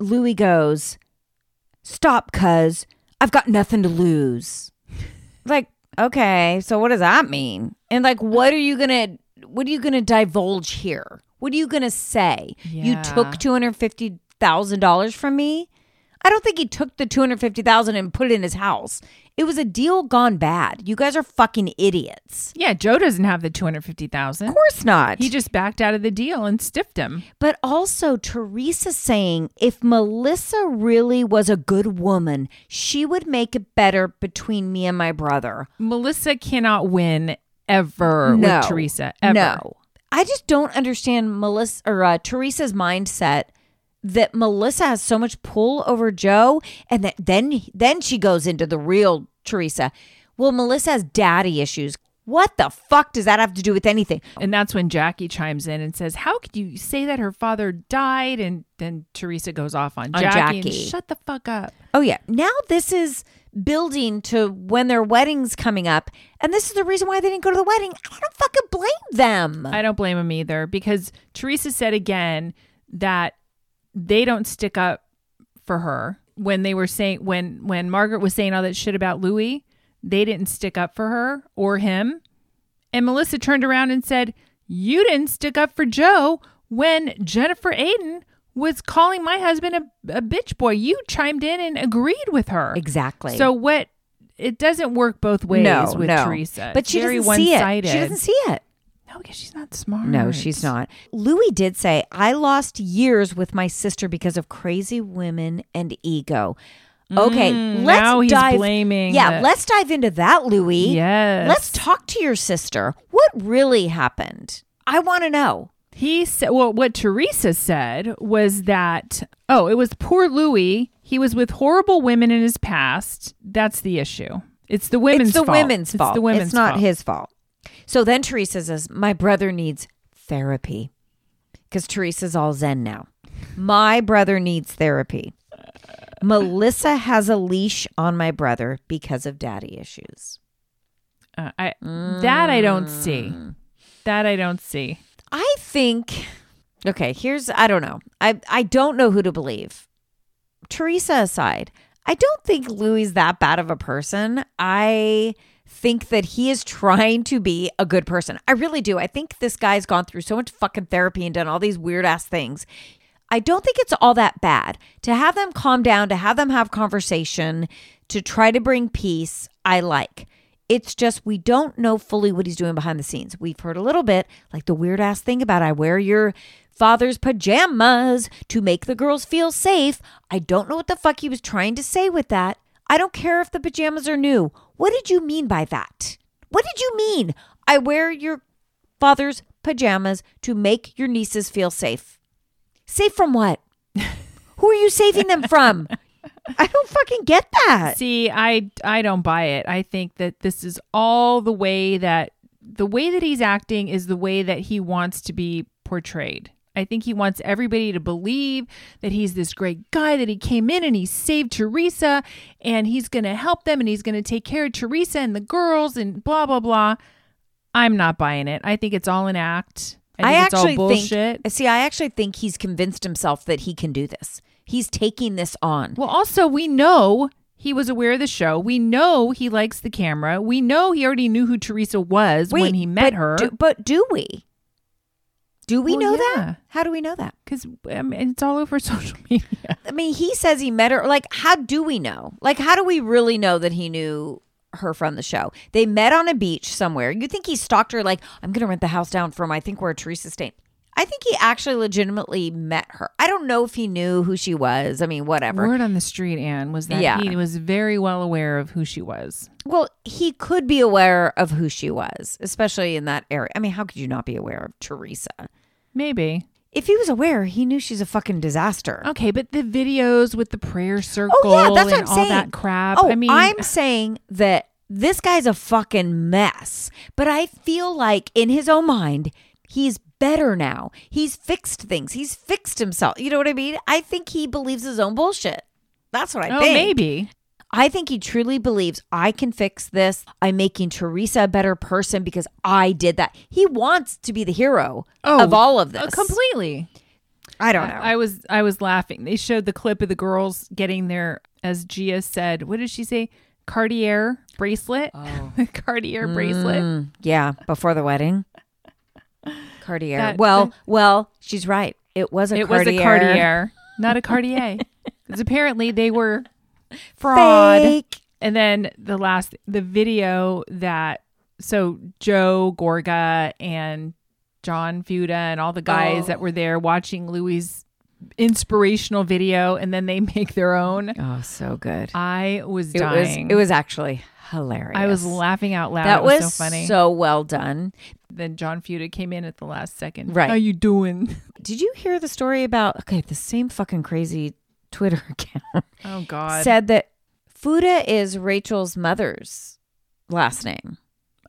S2: Louis goes, "Stop, cuz I've got nothing to lose." like, okay, so what does that mean? And like, what are you gonna, what are you gonna divulge here? What are you gonna say? You
S3: Yeah.
S2: took two hundred fifty thousand dollars from me. I don't think he took the two hundred fifty thousand and put it in his house. It was a deal gone bad. You guys are fucking idiots.
S3: yeah, Joe doesn't have the 250,000.
S2: Of course not.
S3: He just backed out of the deal and stiffed him.
S2: But also, Teresa saying if Melissa really was a good woman, she would make it better between me and my brother.
S3: Melissa cannot win ever with Teresa. Ever.
S2: No. I just don't understand Melissa or uh, Teresa's mindset that Melissa has so much pull over Joe and that then then she goes into the real Teresa. Well, Melissa has daddy issues. What the fuck does that have to do with anything?
S3: And that's when Jackie chimes in and says, How could you say that her father died? And then Teresa goes off on,
S2: On
S3: Jackie. and,
S2: Jackie.
S3: Shut the fuck up.
S2: Oh yeah. Now this is building to when their wedding's coming up, and this is the reason why they didn't go to the wedding. I don't fucking blame them.
S3: I don't blame him either because Teresa said again that they don't stick up for her when they were saying when when Margaret was saying all that shit about Louis, they didn't stick up for her or him. And Melissa turned around and said, "You didn't stick up for Joe when Jennifer Aiden was calling my husband a, a bitch boy. You chimed in and agreed with her."
S2: exactly.
S3: So what it doesn't work both ways
S2: no,
S3: with
S2: no.
S3: Teresa.
S2: But she
S3: Very
S2: doesn't see it.
S3: one-sided.
S2: She doesn't see it.
S3: No, because she's not smart.
S2: No, she's not. Louis did say, I lost years with my sister because of crazy women and ego. Okay, let's
S3: Mm, now he's
S2: dive.
S3: blaming
S2: yeah,
S3: the-
S2: let's dive into that, Louis.
S3: Yes.
S2: Let's talk to your sister. What really happened? I want to know.
S3: He said, well, what Teresa said was that, oh, it was poor Louis. He was with horrible women in his past. That's the issue. It's the women's
S2: it's the
S3: fault.
S2: women's fault.
S3: It's the women's
S2: not
S3: fault.
S2: his fault. So then Teresa says, My brother needs therapy because Teresa's all zen now. My brother needs therapy. Melissa has a leash on my brother because of daddy issues.
S3: Uh, I, That I don't see.
S2: Mm.
S3: That I don't see.
S2: I think okay, here's I don't know. I I don't know who to believe. Teresa aside, I don't think Louis is that bad of a person. I think that he is trying to be a good person. I really do. I think this guy's gone through so much fucking therapy and done all these weird ass things. I don't think it's all that bad to have them calm down, to have them have conversation, to try to bring peace. I like. It's just we don't know fully what he's doing behind the scenes. We've heard a little bit, like the weird ass thing about I wear your father's pajamas to make the girls feel safe. I don't know what the fuck he was trying to say with that. I don't care if the pajamas are new. What did you mean by that? What did you mean? I wear your father's pajamas to make your nieces feel safe. Safe from what? Who are you saving them from? I don't fucking get that.
S3: See, I I don't buy it. I think that this is all the way that the way that he's acting is the way that he wants to be portrayed. I think he wants everybody to believe that he's this great guy that he came in and he saved Teresa and he's going to help them and he's going to take care of Teresa and the girls and blah blah blah. I'm not buying it. I think it's all an act.
S2: I,
S3: I, think
S2: actually
S3: it's all bullshit.
S2: think. See, I actually think he's convinced himself that he can do this. He's taking this on.
S3: Well, also, we know he was aware of the show. We know he likes the camera. We know he already knew who Teresa was when he met
S2: but
S3: her.
S2: do- but do we? Do we
S3: Well,
S2: know
S3: yeah.
S2: that? How do we know that?
S3: Because I mean, it's all over social media.
S2: I mean, he says he met her. Like, how do we know? Like, how do we really know that he knew her from the show? They met on a beach somewhere. You think he stalked her, like, I'm going to rent the house down from, I think, where Teresa's staying. I think he actually legitimately met her. I don't know if he knew who she was. I mean, whatever.
S3: Word on the street, Anne, was that
S2: Yeah.
S3: he was very well aware of who she was.
S2: Well, he could be aware of who she was, especially in that area. I mean, how could you not be aware of Teresa?
S3: Maybe.
S2: If he was aware, he knew she's a fucking disaster.
S3: Okay, but the videos with the prayer circle
S2: Oh yeah, that's what
S3: Oh, and
S2: I'm
S3: all
S2: saying.
S3: that crap.
S2: Oh,
S3: I mean,
S2: I'm saying that this guy's a fucking mess. But I feel like in his own mind, he's better now. He's fixed things. He's fixed himself. You know what I mean? I think he believes his own bullshit. That's what I
S3: oh,
S2: think.
S3: maybe.
S2: I think he truly believes I can fix this. I'm making Teresa a better person because I did that. He wants to be the hero
S3: Oh,
S2: of all of this.
S3: Uh, completely.
S2: I don't know.
S3: I, I was I was laughing. They showed the clip of the girls getting their, as Gia said, what did she say? Cartier bracelet, Cartier bracelet.
S2: Oh. Mm, yeah, before the wedding. Cartier.
S3: That-
S2: well, well, she's right. It was a
S3: It was
S2: Cartier.
S3: a Cartier, not a Cartier, because apparently they were fraud.
S2: Fake.
S3: And then the last, the video that so Joe Gorga and John Feuda and all the
S2: Oh.
S3: guys that were there watching Louis' inspirational video, and then they make their own.
S2: Oh, so good.
S3: I was
S2: It was,
S3: dying.
S2: it was actually hilarious.
S3: I was laughing out loud.
S2: That
S3: it was,
S2: was
S3: so funny.
S2: so well done.
S3: then John Feuda came in at the last second.
S2: Right.
S3: How you doing?
S2: Did you hear the story about okay, the same fucking crazy Twitter account?
S3: Oh God.
S2: said that Fuda is Rachel's mother's last name.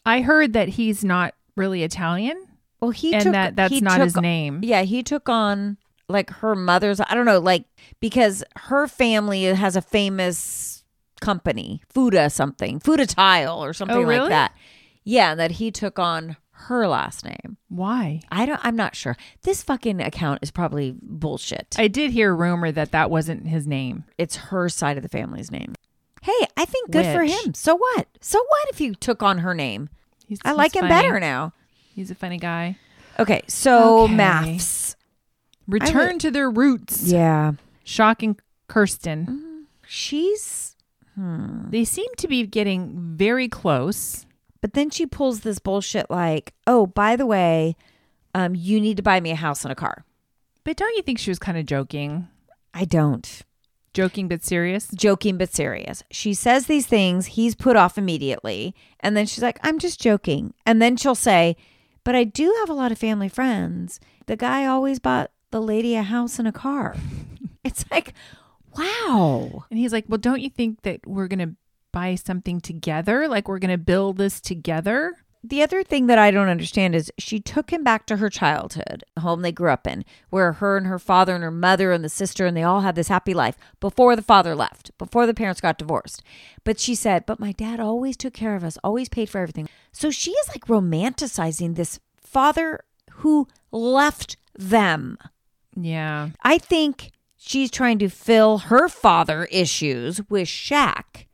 S3: I heard that he's not really Italian
S2: Well, he
S3: and
S2: took
S3: that that's
S2: he
S3: not
S2: took-
S3: his name.
S2: Yeah, he took on like her mother's. I don't know, like because her family has a famous company, Fuda something, Fuda Tile or something
S3: Oh, really?
S2: like that. Yeah, that he took on her last name.
S3: Why?
S2: I don't. I'm not sure. This fucking account is probably bullshit.
S3: I did hear a rumor that that wasn't his name.
S2: it's her side of the family's name. Hey, I think good for
S3: Which-
S2: him. So what? So what if you took on her name?
S3: He's,
S2: I like
S3: he's
S2: him
S3: funny.
S2: better now.
S3: He's a funny guy.
S2: Okay, so
S3: Okay.
S2: maths.
S3: Return to their roots.
S2: Yeah. Mm-hmm.
S3: Shock and Kirsten.
S2: She's
S3: They seem to be getting very close.
S2: But then she pulls this bullshit like, oh, by the way, um, you need to buy me a house and a car.
S3: But don't you think she was kind of joking?
S2: I don't.
S3: Joking but serious?
S2: Joking but serious. She says these things. He's put off immediately. And then she's like, I'm just joking. And then she'll say, But I do have a lot of family friends. The guy always bought the lady a house and a car. it's like, wow.
S3: And he's like, Well, don't you think that we're going to buy something together? Like we're going to build this together?
S2: The other thing that I don't understand is she took him back to her childhood, the home they grew up in, where her and her father and her mother and the sister and they all had this happy life before the father left, before the parents got divorced. But she said, But my dad always took care of us, always paid for everything. So she is like romanticizing this father who left them.
S3: Yeah.
S2: I think she's trying to fill her father issues with Shaq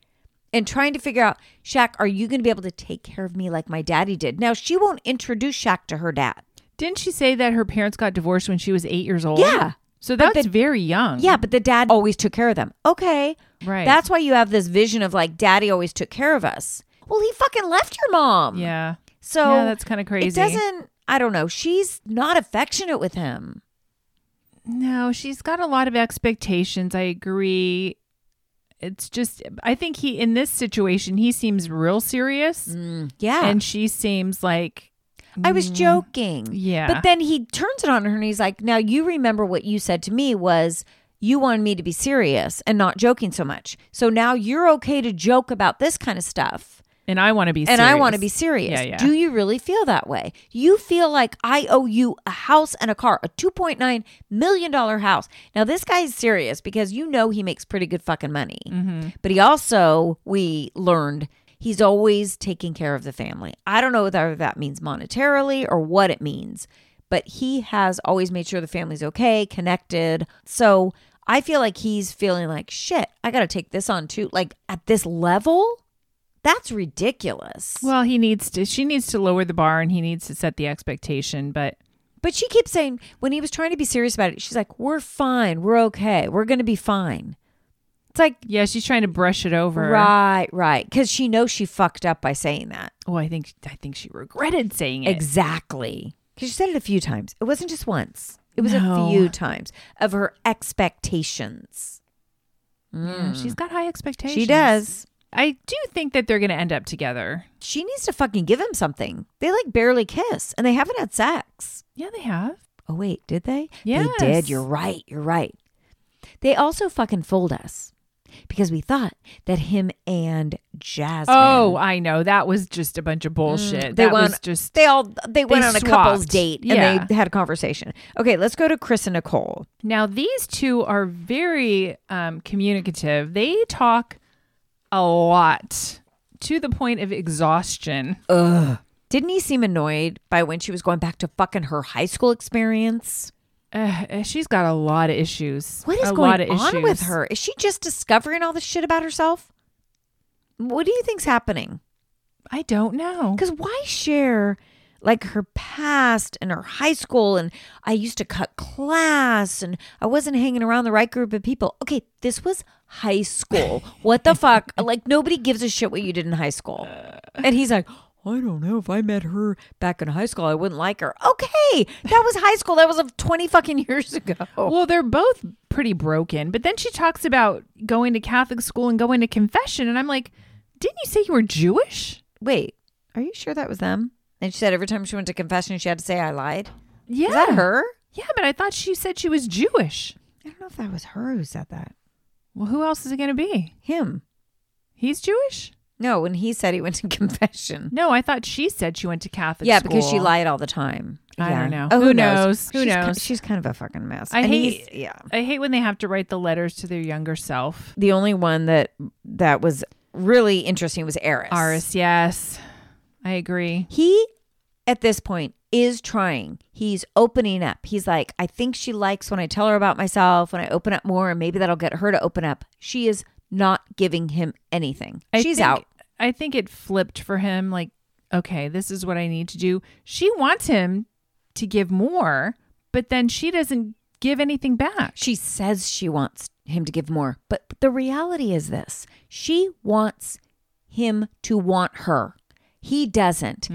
S2: and trying to figure out, Shaq, are you going to be able to take care of me like my daddy did? Now, she won't introduce Shaq to her dad.
S3: Didn't she say that her parents got divorced when she was eight years old?
S2: Yeah.
S3: So
S2: But
S3: that's
S2: the-
S3: very young.
S2: Yeah, but the dad always took care of them. Okay.
S3: Right.
S2: That's why you have this vision of like, daddy always took care of us. Well, he fucking left your mom.
S3: Yeah.
S2: So
S3: Yeah, that's kinda
S2: It
S3: crazy.
S2: doesn't, I don't know. She's not affectionate with him.
S3: No, she's got a lot of expectations. I agree. It's just, I think he, in this situation, he seems real serious
S2: Mm. Yeah.
S3: Mm. and she seems like,
S2: I was joking.
S3: Yeah.
S2: But then he turns it on her and he's like, Now you remember what you said to me was you wanted me to be serious and not joking so much. So now you're okay to joke about this kind of stuff.
S3: and I want to be
S2: And I want to be
S3: serious.
S2: serious.
S3: Yeah, yeah.
S2: Do you really feel that way? You feel like I owe you a house and a car, a $2.9 million house. Now, this guy is serious because you know he makes pretty good fucking money.
S3: Mm-hmm.
S2: But he also, we learned, he's always taking care of the family. I don't know whether that means monetarily or what it means, but he has always made sure the family's okay, connected. So I feel like he's feeling like, shit, I got to take this on too. Like at this level, that's ridiculous.
S3: Well, he needs to, she needs to lower the bar and he needs to set the expectation. But
S2: But she keeps saying when he was trying to be serious about it, she's like, "We're fine. We're okay. We're going to be fine." It's like,
S3: yeah, she's trying to brush it over.
S2: right, right, cuz she knows she fucked up by saying that.
S3: Oh, I think, I think she regretted saying it.
S2: Exactly. Cuz she said it a few times. It wasn't just once. It was
S3: No.
S2: a few times of her expectations.
S3: Yeah, she's got high expectations.
S2: Mm. She does.
S3: I do think that they're going to end up together.
S2: She needs to fucking give him something. They like barely kiss and they haven't had sex.
S3: Yeah, they have.
S2: Oh wait, did they?
S3: Yes.
S2: They did. You're right. You're right. They also fucking fooled us because we thought that him and Jasmine.
S3: Oh, I know. That was just a bunch of bullshit.
S2: Mm. they
S3: that
S2: went.
S3: was just
S2: they all they went on a couple's
S3: swapped.
S2: date
S3: Yeah.
S2: and they had a conversation. Okay, let's go to Chris and Nicole.
S3: Now, these two are very um, communicative. They talk a lot to the point of exhaustion.
S2: Didn't he seem annoyed by when she was going back to fucking her high school experience?
S3: Uh, she's got a lot of issues.
S2: What is
S3: a
S2: going
S3: lot of
S2: on
S3: issues.
S2: with her? Is she just discovering all this shit about herself? What do you think's happening?
S3: I don't know.
S2: Because why share like her past and her high school? And I used to cut class and I wasn't hanging around the right group of people. Okay, this was high school. What the fuck? Like, nobody gives a shit what you did in high school. And he's like, I don't know. If I met her back in high school, I wouldn't like her. Okay, that was high school. That was of 20 fucking years ago.
S3: Well, they're both pretty broken. But then she talks about going to Catholic school and going to confession. And I'm like, didn't you say you were Jewish?
S2: Wait, are you sure that was them? And she said every time she went to confession, she had to say, I lied.
S3: Yeah.
S2: Is that her?
S3: Yeah, but I thought she said she was Jewish.
S2: I don't know if that was her who said that.
S3: Well, who else is it going to be?
S2: Him.
S3: He's Jewish?
S2: No, when he said he went to confession.
S3: No, I thought she said she went to Catholic
S2: yeah,
S3: school.
S2: because she lied all the time.
S3: I
S2: yeah.
S3: don't know.
S2: Oh,
S3: Who
S2: who knows?
S3: knows? Who
S2: she's
S3: knows?
S2: ki- she's kind of a fucking mess.
S3: I
S2: And he's-
S3: hate
S2: Yeah.
S3: I hate when they have to write the letters to their younger self.
S2: The only one that that was really interesting was Eris.
S3: Aris, yes. I agree.
S2: He, at this point, is trying. He's opening up. He's like, I think she likes when I tell her about myself, when I open up more, and maybe that'll get her to open up. She is not giving him anything.
S3: I
S2: she's
S3: think-
S2: out.
S3: I think it flipped for him like, okay, this is what I need to do. She wants him to give more, but then she doesn't give anything back.
S2: She says she wants him to give more, but the reality is this she wants him to want her. He doesn't.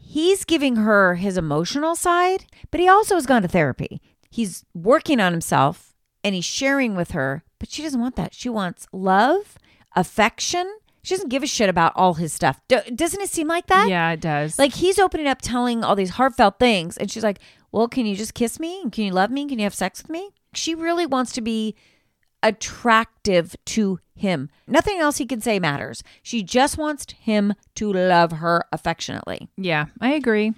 S2: He's giving her his emotional side, but he also has gone to therapy. He's working on himself and he's sharing with her, but she doesn't want that. She wants love, affection. She doesn't give a shit about all his stuff. Do- doesn't it seem like that?
S3: yeah, it does.
S2: Like he's opening up, telling all these heartfelt things, and she's like, "Well, can you just kiss me? And Can you love me? Can you have sex with me?" She really wants to be attractive to him. Nothing else he can say matters. She just wants him to love her affectionately.
S3: yeah, I agree.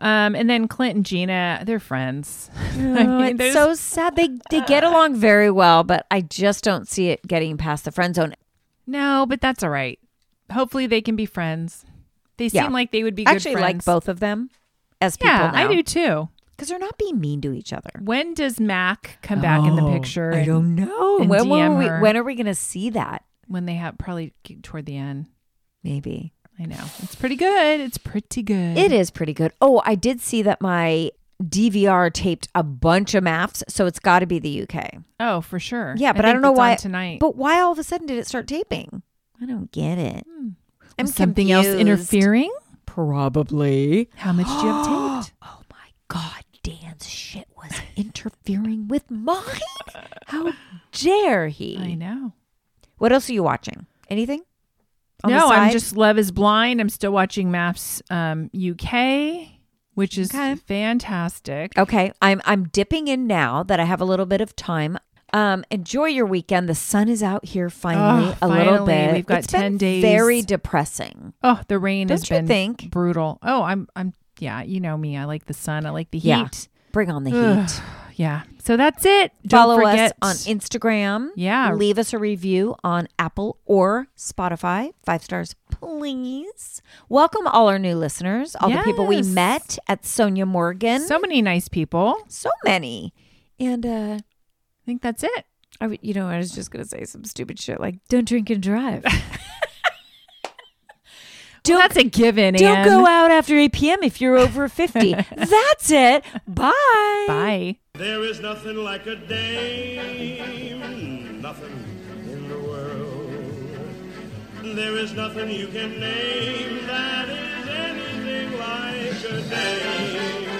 S3: Um, and then Clint and Gina, they're friends. I mean,
S2: Oh, it's
S3: there's-
S2: so sad. They they get along very well, but I just don't see it getting past the friend zone.
S3: no, but that's all right. Hopefully, they can be friends. They seem
S2: Yeah.
S3: like they would be
S2: I
S3: good
S2: actually like
S3: friends.
S2: both of them as people
S3: Yeah, I
S2: now.
S3: do too.
S2: because they're not being mean to each other.
S3: When does Mac come back in the
S2: Oh,
S3: picture?
S2: I
S3: and-
S2: don't know.
S3: and
S2: When, will
S3: DM
S2: we,
S3: her.
S2: when are we going to see that?
S3: When they have probably toward the end.
S2: Maybe.
S3: I know it's pretty good. It's pretty good.
S2: It is pretty good. Oh, I did see that my DVR taped a bunch of maps, so it's got to be the UK.
S3: Oh, for sure.
S2: Yeah, but I, don't
S3: think
S2: know
S3: it's on
S2: why
S3: tonight.
S2: But why all of a sudden did it start taping? I don't get it. I'm
S3: Hmm. Was something else
S2: confused.
S3: interfering.
S2: Probably.
S3: How much do you have taped?
S2: Oh my God, Dan's shit was interfering with mine. How dare
S3: I
S2: he?
S3: know.
S2: What else are you watching? Anything? On the
S3: no,
S2: side?
S3: I'm just Love is Blind. I'm still watching Maps um, UK, which is
S2: Okay. Oh.
S3: fantastic.
S2: Okay, I'm I'm dipping in now that I have a little bit of time. Um, enjoy your weekend. The sun is out here Ah, finally
S3: Oh,
S2: a little
S3: finally.
S2: bit.
S3: We've got
S2: It's been
S3: 10 days.
S2: Very depressing.
S3: Oh, the rain has
S2: Don't you
S3: been
S2: think?
S3: brutal. Oh, I'm I'm yeah, you know me. I like the sun. I like the
S2: Yeah.
S3: heat.
S2: Bring on the
S3: Ugh.
S2: heat.
S3: Yeah. So that's it. Don't
S2: Follow
S3: forget,
S2: us on Instagram.
S3: Yeah.
S2: Leave us a review on Apple or Spotify. Five stars, please. Welcome all our new listeners, all the people we
S3: Yes.
S2: met at Sonia Morgan. So,
S3: so many nice people.
S2: many. And uh
S3: I think that's it.
S2: I, w- you know, I was just gonna say some stupid shit like "Don't drink and drive."
S3: Well, that's a given.
S2: Don't
S3: Ann.
S2: go out after 8 p.m. if you're over 50. That's it. Bye.
S3: Bye.
S4: There is nothing like a dame, nothing in the world. There is nothing you can name that is anything like a dame.